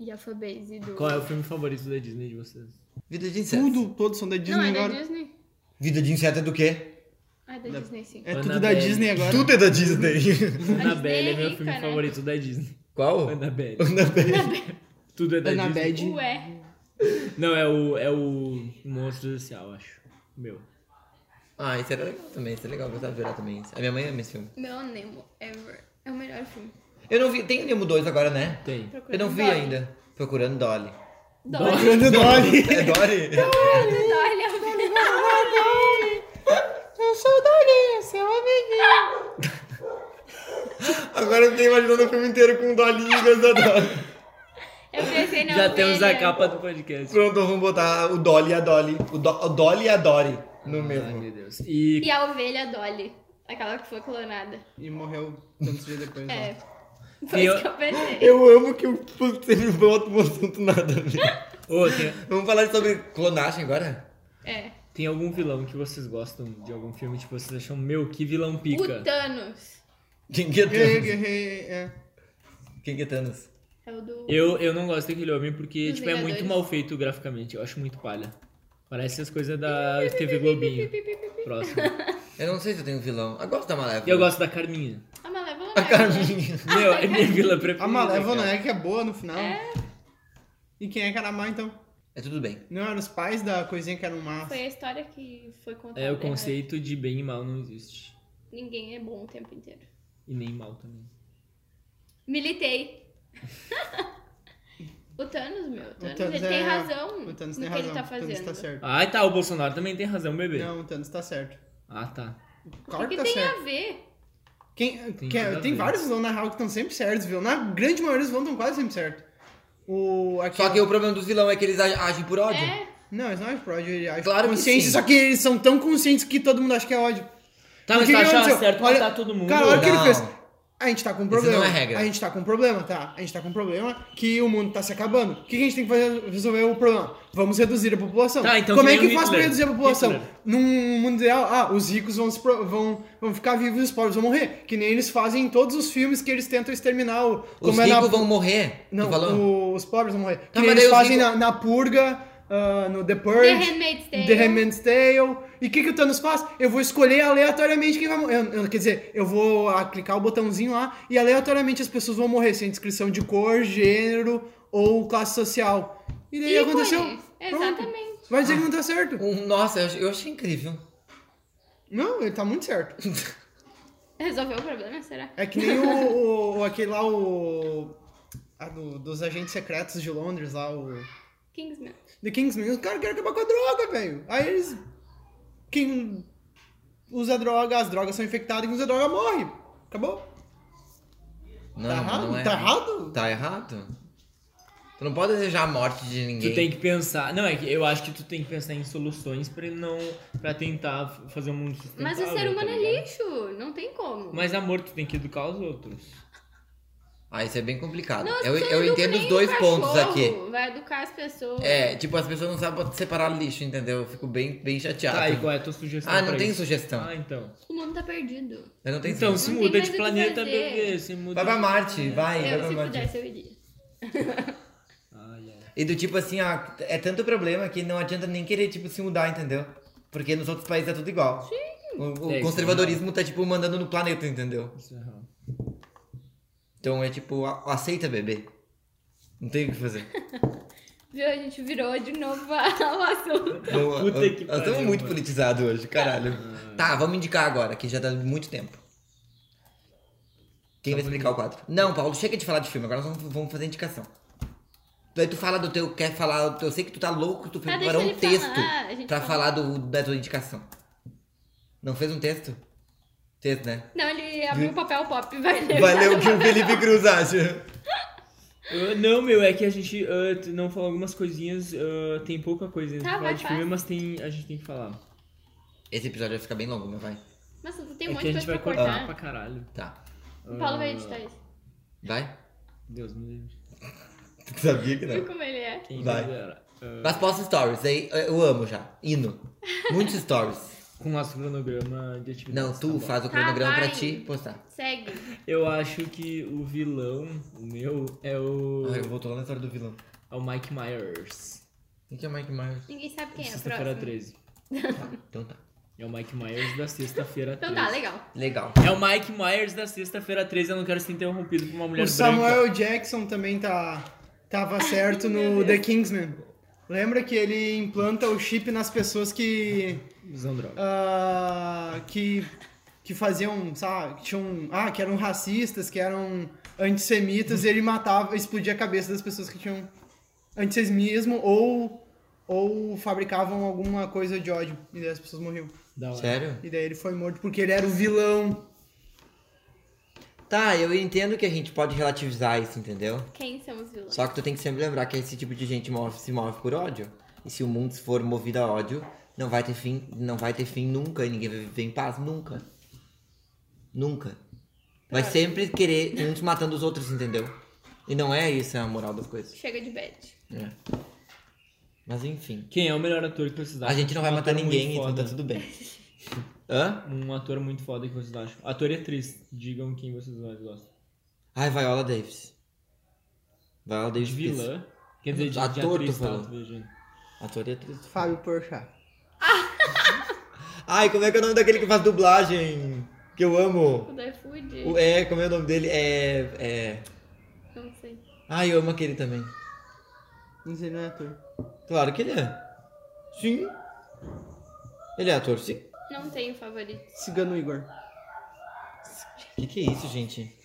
B: E a fanbase do...
C: Qual é o filme favorito da Disney de vocês?
A: Vida de inseto.
D: Tudo, todos são da Disney
B: Não, é da
D: agora.
B: Disney?
A: Vida de inseto é do quê?
B: Ah, é da Disney sim.
D: É tudo da
C: Annabelle.
D: Disney agora.
A: Tudo é da
C: [laughs]
A: Disney.
C: Annabelle é
B: Disney é
C: meu
B: rica,
C: filme
B: né?
C: favorito da Disney.
A: Qual?
C: Annabelle.
A: Annabelle.
C: [laughs] Tudo é da Disney.
D: Annabelle.
B: Ué.
C: Não, é o, é o Monstro Social, acho. Meu.
A: Ah, isso era legal também, isso é legal, eu gostava de olhar também. isso. A minha mãe ama esse filme.
B: Meu Nemo Ever. É o melhor filme.
A: Eu não vi, tem Nemo 2 agora, né?
C: Tem.
A: Eu não vi
B: Dolly.
A: ainda. Procurando
C: [laughs]
A: Dolly.
B: Dolly.
D: Grande Dolly.
A: É Dolly?
B: Dolly é o melhor.
A: Agora eu fiquei imaginando o filme inteiro com Dolly e Gans da Dolly.
B: Eu pensei na
C: Já temos a
B: ovelha.
C: capa do podcast.
A: Pronto, vamos botar o Dolly e a Dolly. O, Do- o Dolly e a Dory no
C: Ai,
A: mesmo.
C: meu Deus. E
B: E a ovelha Dolly. Aquela que foi clonada.
D: E morreu tantos dias depois. lá.
B: É. Foi
C: E
B: isso
C: eu-
B: que eu pensei.
A: Eu amo que o- vocês botam um assunto nada a ver.
C: Ô, tem,
A: Vamos falar sobre clonagem agora?
B: É.
C: tem algum vilão que vocês gostam de algum filme? Tipo, vocês acham, meu, que vilão
B: O
C: pica?
B: Thanos.
A: Quem que é
D: É,
A: Thanos?
D: é, é.
A: Quem que é Thanos?
B: É o do.
C: Eu, eu não gosto daquele homem porque,
B: Dos
C: tipo, é muito
B: Vingadores.
C: mal feito graficamente. Eu acho muito palha. Parece as coisas da TV Globinho. Próximo.
A: Eu não sei se eu tenho um vilão. Eu gosto da Malévola.
C: E
A: [laughs]
C: eu gosto da Carminha.
B: A Malévola.
A: da
B: não é,
A: Carminha.
C: Meu, é minha vila preferida.
D: A Malévola
C: cara.
D: é que é boa no final. E quem é que era má então?
A: É tudo bem.
D: Não, eram os pais da coisinha que eram
B: né?
D: má.
B: Foi a história que foi contada.
C: É, o
B: errado.
C: conceito de bem e mal não existe.
B: Ninguém é bom o tempo inteiro.
C: E nem mal também.
B: Militei. [laughs] o Thanos, meu. O Thanos,
D: Thanos
B: ele tem
D: é-
B: razão
D: O Thanos
B: no que
D: tem razão.
B: ele tá
D: O Thanos
B: fazendo.
D: tá certo.
C: Ai, tá, o Bolsonaro também tem razão, bebê.
D: Não, o Thanos tá certo.
C: Ah, tá.
D: Claro
B: o que,
D: que tá
B: tem
D: certo.
B: a ver?
D: Quem,
C: Tem
D: que- é-
C: tudo a
D: tem
C: ver.
D: vários vilões na real que estão sempre certos, viu? Na grande maioria dos vilões estão quase sempre certos. O,
A: Só
D: aquele-
A: que o problema dos vilão é que eles ag- agem por ódio.
B: É.
D: Não, eles não é ódio, ele age
A: Claro que
D: consciência,
A: sim.
D: só que eles são tão conscientes que todo mundo acha que é ódio.
C: Tá, mas
D: Porque
C: tu
D: o que
C: acha
D: aconteceu?
C: certo
D: Olha-
C: matar todo mundo?
D: Cara, olha o que ele
A: Não.
D: fez. A gente tá com um problema.
A: não é regra.
D: A gente tá com um problema, tá? A gente tá com um problema que o mundo tá se acabando. O que que a gente tem que fazer pra resolver o problema? Vamos reduzir a população.
C: Tá, então
D: Como
C: que
D: é
C: nem
D: que
C: o
D: faz pra
C: Hitler.
D: reduzir a população?
C: Hitler.
D: Num mundo ideal, ah, os ricos vão, se pro- vão, vão ficar vivos e os pobres vão morrer. Que nem eles fazem em todos os filmes que eles tentam exterminar o.
A: Os
D: como é na-
A: ricos vão morrer. tu
D: Não,
A: falou?
D: o- os pobres vão morrer. Que
A: Tá,
D: nem
A: mas daí
D: eles
A: os
D: fazem
A: ricos-
D: na, na purga, ah, no The Purge.
B: The Handmaid's Tale.
D: The Handmaid's Tale. E o que, que o Thanos faz? Eu vou escolher aleatoriamente quem vai morrer. Eu- eu- quer dizer, eu vou ah, clicar o botãozinho lá e aleatoriamente as pessoas vão morrer, sem descrição de cor, gênero ou classe social. E daí
B: Ícones,
D: aconteceu. Pronto.
B: Exatamente.
D: Vai dizer que não tá certo.
A: Um- Nossa, eu ach- eu achei incrível.
D: Não, ele tá muito certo.
B: Resolveu o problema, será?
D: É que nem o, o- o- aquele lá, o. ah, do- dos agentes secretos de Londres lá, o.
B: Kingsman.
D: The Kingsman. Os caras querem acabar com a droga, velho. Aí eles. Quem usa droga, as drogas são infectadas, quem usa droga morre. Acabou?
A: Não,
D: tá errado?
A: não é.
D: Tá errado?
A: Tá errado? Tu não pode desejar a morte de ninguém.
C: Tu tem que pensar. Não, é que eu acho que tu tem que pensar em soluções pra ele não. pra tentar f- fazer um mundo sustentável.
B: Mas o ser humano
C: tá
B: é
C: ligado?
B: lixo. Não tem como.
C: Mas amor, tu tem que educar os outros.
A: Ah, isso é bem complicado.
B: Não, as
A: eu
B: pessoas
A: eu
B: não educam
A: entendo
B: nem
A: os
B: o
A: dois
B: cachorro,
A: pontos aqui.
B: Vai educar as pessoas.
A: É, tipo, as pessoas não sabem separar lixo, entendeu? Eu fico bem, bem chateado.
C: Tá, e qual é a tua sugestão?
A: Ah, não
C: pra
A: tem
C: isso?
A: sugestão.
C: Ah, então.
B: O mundo tá perdido.
A: Eu não tenho
C: Então,
A: sentido.
C: se
B: Não tem
C: muda de
B: mais o que
C: planeta,
B: fazer.
C: bebê. Se muda.
A: Vai pra Marte, vai, vai
B: Eu,
A: pra
B: É, se
A: Marte.
B: pudesse, eu iria.
C: Ai, ai.
A: E do tipo assim, ah, é tanto problema que não adianta nem querer, tipo, se mudar, entendeu? Porque nos outros países é tudo igual. Sim. O, o
C: É, isso
A: conservadorismo tá, tipo, mandando no planeta, entendeu?
C: Isso é errado.
A: Então é tipo, a- aceita, bebê. Não tem o que fazer.
B: Viu? A gente virou de novo a- [laughs] o assunto.
A: Não,
C: [laughs] Puta
A: eu-
C: que
A: Nós estamos
C: pariu,
A: muito
C: mano. Ah.
A: politizados hoje, caralho. Tá, vamos indicar agora, que já dá muito tempo. tá Quem vai explicar o quadro? Não, Paulo, chega de falar de filme, agora nós vamos- vamos fazer indicação. Daí tu fala do teu, quer falar, do teu- eu sei que tu tá louco, tu
B: deixa
A: preparou um
B: ele
A: texto
B: falar, a gente
A: pra
B: fala.
A: falar do, da tua indicação. Não fez um texto? Texto,
B: [laughs]
A: né?
B: Não, ele abriu o papel pop, vai ler.
A: Valeu que o Felipe Cruz acha.
C: Ah, não, meu, é que a gente ah, t- não falou algumas coisinhas, ah, tem pouca coisa
B: Tá,
C: pra falar
B: vai,
C: de filme,
B: faz.
C: mas tem, a gente tem que falar.
A: Esse episódio vai ficar bem longo, mas vai.
B: Mas tu tem
C: É
B: um
C: que
B: monte de
C: a
B: coisa
C: gente
B: pra
C: vai cortar
B: cortar.
C: pra caralho. Ah,
A: Tá.
B: O Paulo vai editar isso.
A: Vai?
C: Deus me livre.
A: Tu sabia que
B: Viu como ele é?
C: Quem
A: Vai.
C: dera. Ah,
A: Mas posta stories, aí eu amo já. Hino. Muitos stories.
C: com o nosso cronograma de atividade.
A: Não, tu faz o
B: Tá,
A: cronograma pra
B: vai.
A: ti postar.
B: Segue.
C: Eu acho que o vilão, o meu, é o,
A: Ah, eu voltou lá na história do vilão.
C: é o Mike Myers.
A: Quem que é Mike Myers?
B: Ninguém sabe quem é.
C: Sexta-feira
B: Próximo.
C: 13.
A: Então tá.
C: É o Mike Myers da sexta-feira 13.
B: Então tá, legal.
A: Legal.
C: É o Mike Myers da sexta-feira 13. Eu não quero ser interrompido por uma mulher
D: O
C: branca.
D: Samuel Jackson também tá, tava certo no The Kingsman. Lembra que ele implanta o chip nas pessoas que.
C: Usando droga.
D: ah, que. que faziam, sabe, que tinham. Ah, que eram racistas, que eram antissemitas, e ele matava, explodia a cabeça das pessoas que tinham antissemitismo ou. ou fabricavam alguma coisa de ódio. E daí as pessoas morriam.
C: Da hora.
A: Sério?
D: E daí ele foi morto porque ele era o vilão.
A: Tá, eu entendo que a gente pode relativizar isso, entendeu?
B: Quem são os vilões?
A: Só que tu tem que sempre lembrar que esse tipo de gente move- se move por ódio. E se o mundo for movido a ódio, não vai ter fim, não vai ter fim nunca. E ninguém vai viver em paz nunca. Nunca. Vai sempre querer uns matando os outros, entendeu? E não é isso a moral das coisas.
B: Chega de bad.
A: É. Mas enfim.
C: Quem é o melhor ator que vocês
A: A
C: acham?
A: gente não vai
C: Um
A: matar
C: ator muito
A: ninguém, então
C: foda.
A: tá tudo
C: [laughs]
A: bem. Hã?
C: Um ator muito foda que vocês acham. Ator e atriz. Digam quem vocês mais gostam.
A: Ai, Viola Davis. Viola Davis.
C: De vilã. Quer dizer, de, de
A: Ator,
C: atriz,
A: tu
C: tá?
A: falou.
C: Tô viajando.
A: Ator e atriz.
D: Fábio Porchat.
A: Ai, como é que é o nome daquele que faz dublagem? Que eu amo.
B: O do iFood?
A: O- É, como é o nome dele? É. é...
B: Não sei.
A: Ai, eu amo aquele também.
D: Não sei, não é ator.
A: Claro que ele é. Sim. Ele é ator, sim.
B: Não tenho favorito. [laughs]
D: Cigano Igor.
A: O que, que é isso, gente?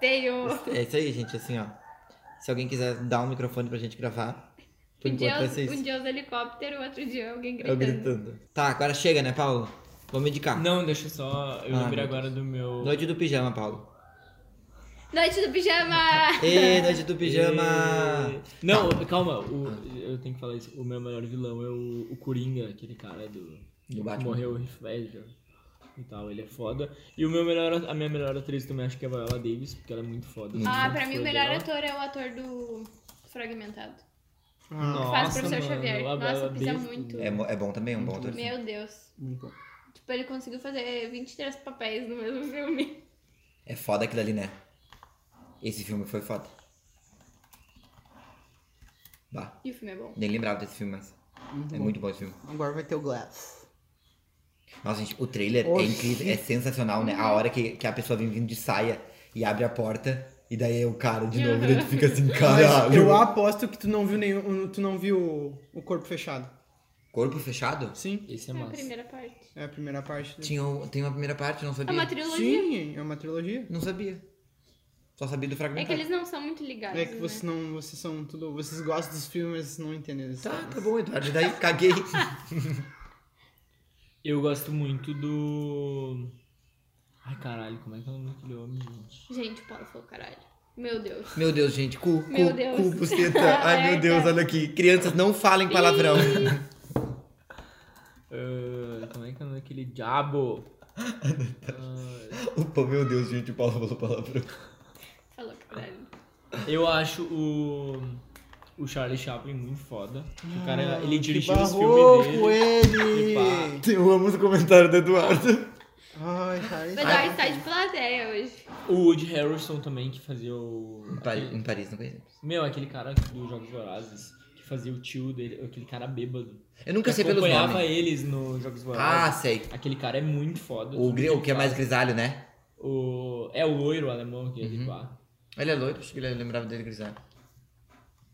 B: tenho. Um
A: É isso aí, gente, assim, ó. Se alguém quiser dar um microfone pra gente gravar, por
B: Um dia,
A: enquanto vai ser
B: os-
A: isso.
B: um dia os helicópteros, outro dia alguém
A: Eu
B: gritando.
A: gritando. Tá, agora chega, né, Paulo? Vamos indicar.
C: Não, deixa só. Eu
A: Ah,
C: lembrei
A: meu Deus.
C: agora do meu.
A: Noite do pijama, Paulo.
B: Noite do pijama!
A: Ê, noite do pijama! Tá. Ah.
C: E- Não, calma, o- eu tenho que falar isso. O meu melhor vilão é o, o Coringa, aquele cara do.
A: Do Batman.
C: Morreu o Heath Ledger e tal, ele é foda. E o meu melhor, a minha melhor atriz também acho que é a Viola Davis, porque ela é muito foda.
B: ah, pra mim o melhor ator é o ator do Fragmentado.
D: Ah,
C: Nossa,
B: Faz o professor
C: mano,
B: Xavier.
C: a
B: Nossa,
C: Viola
B: pisa
C: Davis-
B: muito.
A: É, mo- é bom também, é um bom ator.
B: Meu Deus.
D: Muito bom.
B: Tipo, ele conseguiu fazer 23 papéis no mesmo filme.
A: É foda aquilo ali, né? Esse filme foi foda. Bah,
B: E o filme é bom.
A: nem lembrava desse filme, mas. é muito bom esse filme.
D: Agora vai ter o Glass.
A: Nossa, gente, o trailer é
D: Oxi.
A: incrível, é sensacional, né? A hora que, que a pessoa vem vindo de saia e abre a porta, e daí é o cara de novo, ele fica assim,
D: Mas Ah, eu
A: caralho.
D: aposto que tu não viu nenhum. Tu não viu o corpo fechado.
A: Corpo fechado?
D: Sim.
C: Esse é
B: É a
C: massa.
B: primeira parte.
D: É a primeira parte.
A: Tinha, o- tem uma primeira parte, não
B: É
A: sabia.
B: uma trilogia.
D: Sim, é uma trilogia.
A: Não sabia. Só sabia do
B: É
A: fragmentado.
B: que eles não são muito ligados.
D: É que
B: né?
D: vocês não. Vocês são tudo. Vocês gostam dos filmes, mas não entendem isso.
A: Tá, tá bom, Eduardo. Daí caguei.
C: Eu gosto muito do. Ai caralho, como é que é o nome daquele homem, gente?
B: Gente, o Paulo falou caralho. Meu Deus.
A: Meu Deus, gente. Cu, cu,
B: Meu Deus.
A: cu, buceta. Ai, meu Deus, olha aqui. Crianças, não falem palavrão. [laughs]
C: Ah, como é que é o nome daquele diabo? Ah,
A: Opa, meu Deus, gente, o Paulo falou palavrão.
B: Falou caralho.
C: Eu acho o. O Charlie Chaplin muito foda. O cara, ele
D: Ah, Que
C: dirigiu os
D: barroco
C: filmes dele.
D: ele!
C: E pá.
A: Eu um amo os comentários do Eduardo.
D: Ai, cara. é
B: Mas a está de um plateia hoje.
C: O Woody Harrelson também, que fazia o.
A: Em Paris, em Paris não conhecemos.
C: Meu, aquele cara dos Jogos Vorazes. Que fazia o tio dele, aquele cara bêbado.
A: Eu nunca
C: Que
A: sei pelos
C: acompanhava
A: nomes.
C: eles nos Jogos
A: Ah,
C: Vorazes.
A: sei.
C: Aquele cara é muito foda.
A: O,
C: tudo
A: gri-
C: ele
A: o que é mais
C: faz.
A: grisalho, né?
C: O... É o loiro alemão que ele pá.
A: Ele é loiro, acho que ele lembrava dele grisalho.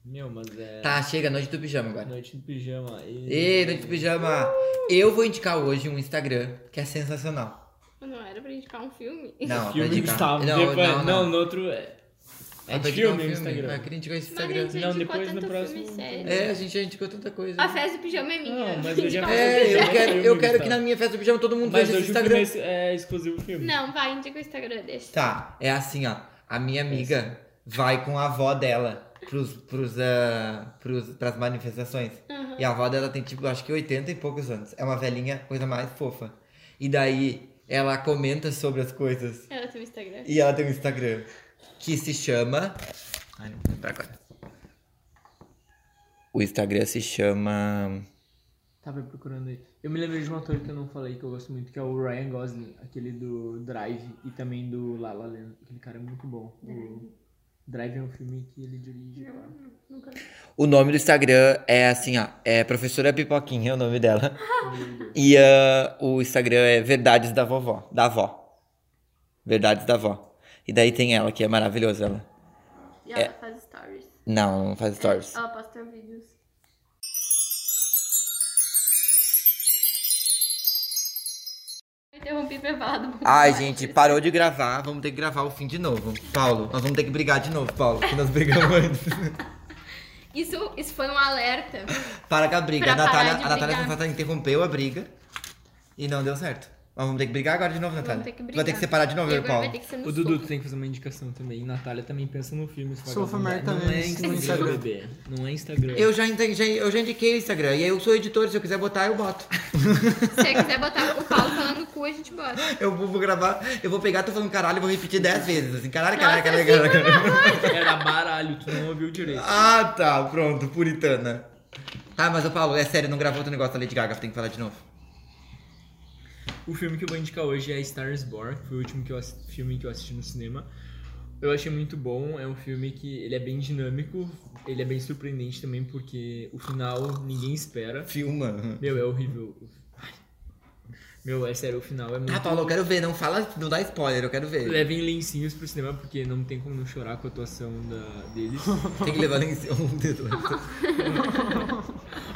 C: Meu, mas é.
A: Tá, chega, noite do pijama agora.
C: Noite do pijama. E...
A: Ei, noite do pijama. Eu vou indicar hoje um Instagram que é sensacional.
B: O era pra indicar um filme?
A: Não,
C: Filme
A: tá indicado.
C: Gustavo.
A: Não,
C: Depois-
A: não, não.
C: no outro é. É
A: Ah, tá
C: de
A: indicado
C: filme
A: um
C: no
A: Ah, eu
C: Instagram.
A: queria indicar esse
B: Mas a gente
A: Instagram.
B: já
C: Não,
B: indicou
C: depois no
B: tanto filme
C: próximo-
B: sério.
A: É, a gente já indicou tanta coisa.
B: A festa do pijama é minha.
C: Não, mas eu já-
B: Indica um
A: É, eu
B: filme.
A: quero, eu
C: Filme,
A: quero que
C: Gustavo.
A: na minha festa do pijama todo mundo
C: tá. Mas
A: veja esse
C: hoje o filme
A: Instagram.
C: é ex- é exclusivo filme.
B: Não, vai, indica o Instagram desse.
A: Tá, é assim, ó. A minha amiga vai com a avó dela pros, pros, ah, pros, pras manifestações.
B: Aham.
A: E a avó dela tem, tipo, acho que 80 e poucos anos. É uma velhinha, coisa mais fofa. E daí ela comenta sobre as coisas.
B: Ela tem o É Instagram.
A: E ela tem um Instagram que se chama. Ai, não vou lembrar agora. O Instagram se chama.
C: Tava procurando aí. Eu me lembrei de um ator que eu não falei, que eu gosto muito, que é o Ryan Gosling, aquele do Drive e também do La La Land. Aquele cara é muito bom. O Drive é um filme que ele dirige. Não,
A: O nome do Instagram é assim, ó. É Professora Pipoquinha, é o nome
B: [laughs]
A: dela. E ah, o Instagram é Verdades da Vovó. Da avó. Verdades da avó. E daí tem ela, que é maravilhosa. Ela.
B: E ela faz stories.
A: Não, não faz stories.
B: Ela posta vídeos. Eu Interrompi pra falar do Bob
A: Ai,
B: Marley.
A: gente, parou de gravar. Vamos ter que gravar o fim de novo. Paulo, nós vamos ter que brigar de novo, Paulo. Que nós
B: [laughs]
A: brigamos antes.
B: Isso, isso foi um alerta.
A: Para com a briga.
B: Pra
A: a
B: parar
A: Natália,
B: de
A: a Natália
B: brigar.
A: Fonseca interrompeu a briga e não deu certo. Mas vamos ter que brigar agora de novo, Natália.
B: Vamos ter que
A: Tu
B: brigar.
A: Vai ter que separar de novo,
B: E
A: eu e o
B: agora
A: Paulo.
B: vai ter que ser no
C: O Dudu
B: soco.
C: tu tem que fazer uma indicação também. E Natália também pensa no filme. esse
D: Sou
C: vagabundo.
D: American
C: Não é
D: Airlines no
C: Instagram,
D: Instagram.
C: bebê. Não é Instagram.
A: Eu já, entendi, já- eu já indiquei o Instagram. E aí eu sou editor, se eu quiser botar, eu boto. [laughs]
B: Se você quiser botar o Paulo falando cu, a gente bota.
A: Eu vou, vou gravar, eu vou pegar, tô falando caralho, eu vou repetir 10 vezes. Assim, caralho, caralho,
B: Nossa,
A: caralho, caralho, caralho.
C: Era baralho, tu não ouviu direito.
A: Ah, tá, pronto, puritana. Ah, mas o Paulo, é sério, não gravou outro negócio da Lady Gaga, tem que falar de novo.
C: O filme que eu vou indicar hoje é Star is Born, que foi o último que eu ass- filme que eu assisti no cinema. Eu achei muito bom, é um filme que ele é bem dinâmico, ele é bem surpreendente também, porque o final ninguém espera.
A: Filma.
C: Meu, é horrível. Ai. Meu, é sério, o final é muito...
A: Ah, Paulo, eu quero ver, não fala, não dá spoiler, eu quero ver.
C: Levem lencinhos pro cinema, porque não tem como não chorar com a atuação da, deles.
A: Tem que levar em um dedo. [laughs]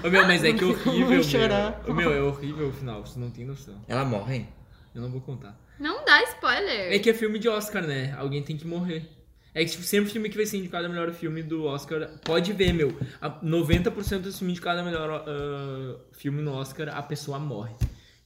C: Ô, meu, mas é que é horrível, meu.
D: chorar.
C: Ô, meu, é horrível o final, você não tem noção.
A: Ela morre, hein?
C: Eu não vou contar.
B: Não dá spoiler.
C: É que é filme de Oscar, né? Alguém tem que morrer. É que tipo, sempre o filme que vai ser indicado a melhor filme do Oscar. Pode ver, meu. A- 90% dos filmes indicados a melhor ah, filme no Oscar, a pessoa morre.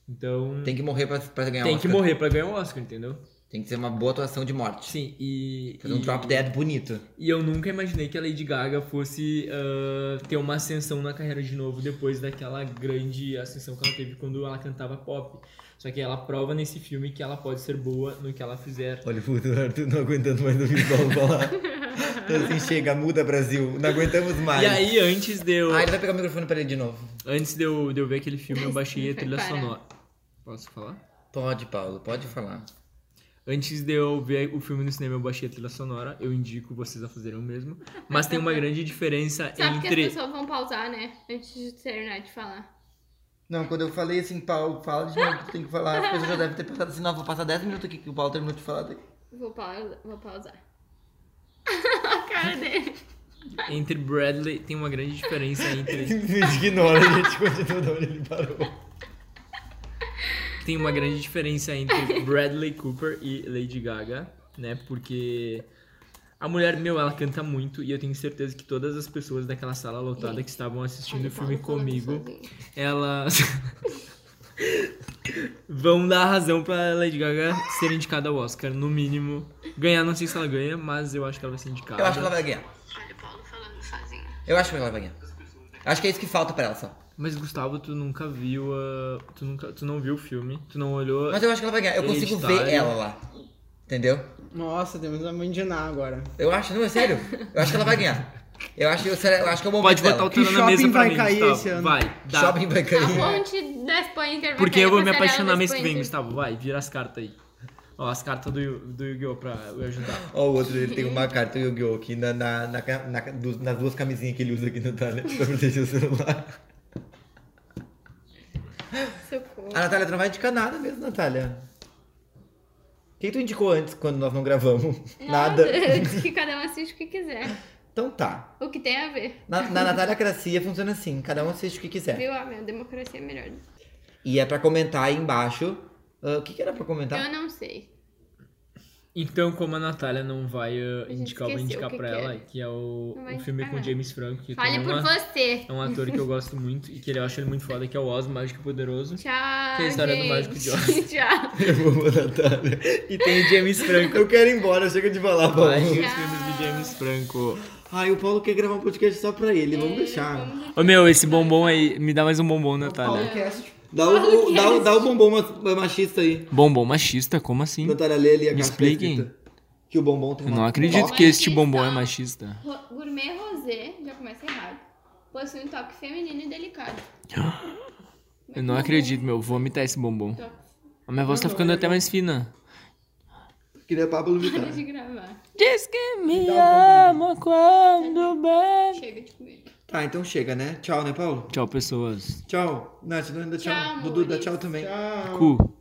C: Então.
A: Tem que morrer pra, pra ganhar um
C: tem
A: Oscar.
C: que morrer pra ganhar o Oscar, entendeu?
A: Tem que ser uma boa atuação de morte.
C: Sim, e.
A: Fazer um
C: e-
A: drop dead bonito.
C: E eu nunca imaginei que a Lady Gaga fosse ah, ter uma ascensão na carreira de novo depois daquela grande ascensão que ela teve quando ela cantava pop. Só que ela prova nesse filme que ela pode ser boa no que ela fizer.
A: Olha, puto, o Arthur não aguentando mais ouvir o Paulo falar. assim, chega, muda Brasil. Não aguentamos mais.
C: E aí, antes de eu,
A: Ah, ele vai pegar o microfone pra ele de novo.
C: antes de eu, de eu ver aquele filme, eu baixei a trilha
B: Para.
C: sonora. Posso falar?
A: Pode, Paulo, pode falar.
C: Antes de eu ver o filme no cinema, eu baixei a trilha sonora. Eu indico vocês a fazerem o mesmo. Mas
B: [laughs]
C: tem uma grande diferença
B: Sabe que
C: entre.
B: as pessoas vão pausar, né? Antes de terminar de falar.
A: Não, quando eu falei assim, Paulo, fala de novo, tu tem que falar. As pessoas
D: [laughs]
A: já devem ter pensado assim, não, vou passar 10 minutos aqui que o Paulo terminou de falar. [laughs] daí.
B: Vou, pausa, vou pausar. [laughs] a cara dele.
C: Entre Bradley. Tem uma grande diferença entre.
A: Simplesmente ignora, a gente continua de onde ele parou.
C: tem uma grande diferença entre Bradley Cooper e Lady Gaga, né? Porque a mulher, meu, ela canta muito e eu tenho certeza que todas as pessoas daquela sala lotada que estavam assistindo
B: tá
C: o filme comigo, elas vão dar razão pra Lady Gaga ser indicada ao Oscar, no mínimo. Ganhar, não sei se ela ganha, mas eu acho que ela vai ser indicada.
A: Eu acho que ela vai ganhar.
B: Olha o Paulo
A: [laughs]
B: falando sozinho.
A: Eu acho que ela vai ganhar. Acho que é isso que falta pra ela só.
C: Mas Gustavo, tu nunca viu a... tu nunca, tu não viu o filme, tu não olhou.
A: Mas eu acho que ela vai ganhar. Eu consigo ver
C: Hereditário.
A: ela lá. Entendeu?
D: Nossa, temos a mandinar agora.
A: Eu acho, não, é sério. Eu acho que ela vai ganhar. Eu acho, eu, sério, eu acho que é o momento
C: Pode botar
A: dela.
C: o
D: Que
C: Tana na mesa
D: shopping
C: pra
D: vai
C: mim,
D: cair
C: Gustavo.
D: esse ano?
C: Vai, dá.
A: Shopping vai
B: A
A: cair.
B: fonte da Espanha Inter vai
C: Porque
B: cair,
C: eu vou me
B: passarela
C: apaixonar
B: da
C: mês que
B: Espanha
C: vem,
B: Inter.
C: Gustavo. Vai, vira as cartas aí. Ó, as cartas do, do Yu-Gi-Oh! pra eu ajudar.
A: Ó, o outro, ele tem uma carta Yu-Gi-Oh! aqui na, na, na, ca- na ca- du- nas duas camisinhas que ele usa aqui na Natália [laughs] pra proteger o celular.
B: Socorro.
A: A Natália tu não vai indicar nada mesmo, Natália. Quem tu indicou antes quando nós não gravamos? Ah, Nada.
B: Eu disse [laughs] que cada um assiste o que quiser.
A: Então tá.
B: O que tem a ver.
A: Na, na Natália funciona
B: Ah,
A: assim, cada um assiste o que quiser.
B: Viu? A minha democracia é melhor.
A: E é pra comentar aí embaixo Ah, o que, que era pra comentar?
B: Eu não sei.
C: Então, como a Natália não vai uh,
B: gente
C: indicar, eu vou
B: esqueceu
C: indicar
B: o que
C: pra
B: que
C: ela,
B: era.
C: que é o,
B: Não vai
C: um filme
B: indicar
C: com
B: nada.
C: James Franco, que
B: Fale
C: também é
B: por
C: uma-
B: você.
C: é um ator que eu gosto muito e que ele- eu acho ele muito foda, que é o Oz, Mágico e Poderoso.
B: Tchau.
C: Que é a história do
B: gente. [laughs]
C: Mágico de Oz.
B: Tchau.
A: [laughs] Eu vou pra Natália.
C: E tem
A: [laughs]
C: James Franco.
A: Eu quero ir embora, chega de falar,
C: Mais
A: Paulo.
C: os filmes do James Franco.
A: Ai, o Paulo quer gravar um podcast só pra ele, É, vamos deixar.
B: Vamos-
C: Ô meu, esse bombom aí, me dá mais um bombom,
D: Paulo
C: Natália.
D: Cast.
A: Dá o, dá, o, dá o bombom ma- machista aí.
C: Bombom machista, como assim?
A: Natália, lê ali a
C: Me
A: caixa que tá
C: expliquem.
A: escrita. Que o bombom tem
C: Eu
A: uma...
C: não acredito
A: Ó,
C: que este bombom é machista.
B: Ro- Gourmet rosé, já começa errado. Possui um toque feminino e delicado.
C: Eu não acredito, meu, vou vomitar esse bombom. A minha voz tá ficando até mais fina.
A: Que nem a Pablo Vittar.
B: [laughs] Para de gravar.
C: Diz que me ama quando bebe.
B: Chega de comer.
A: Tá, então chega, né? Tchau, né, Paulo?
C: Tchau, pessoas.
A: Tchau. Nath, não ainda tchau.
B: Tchau,
A: Dudu, dá
B: amores.
A: tchau também.
D: Tchau.
C: Cu.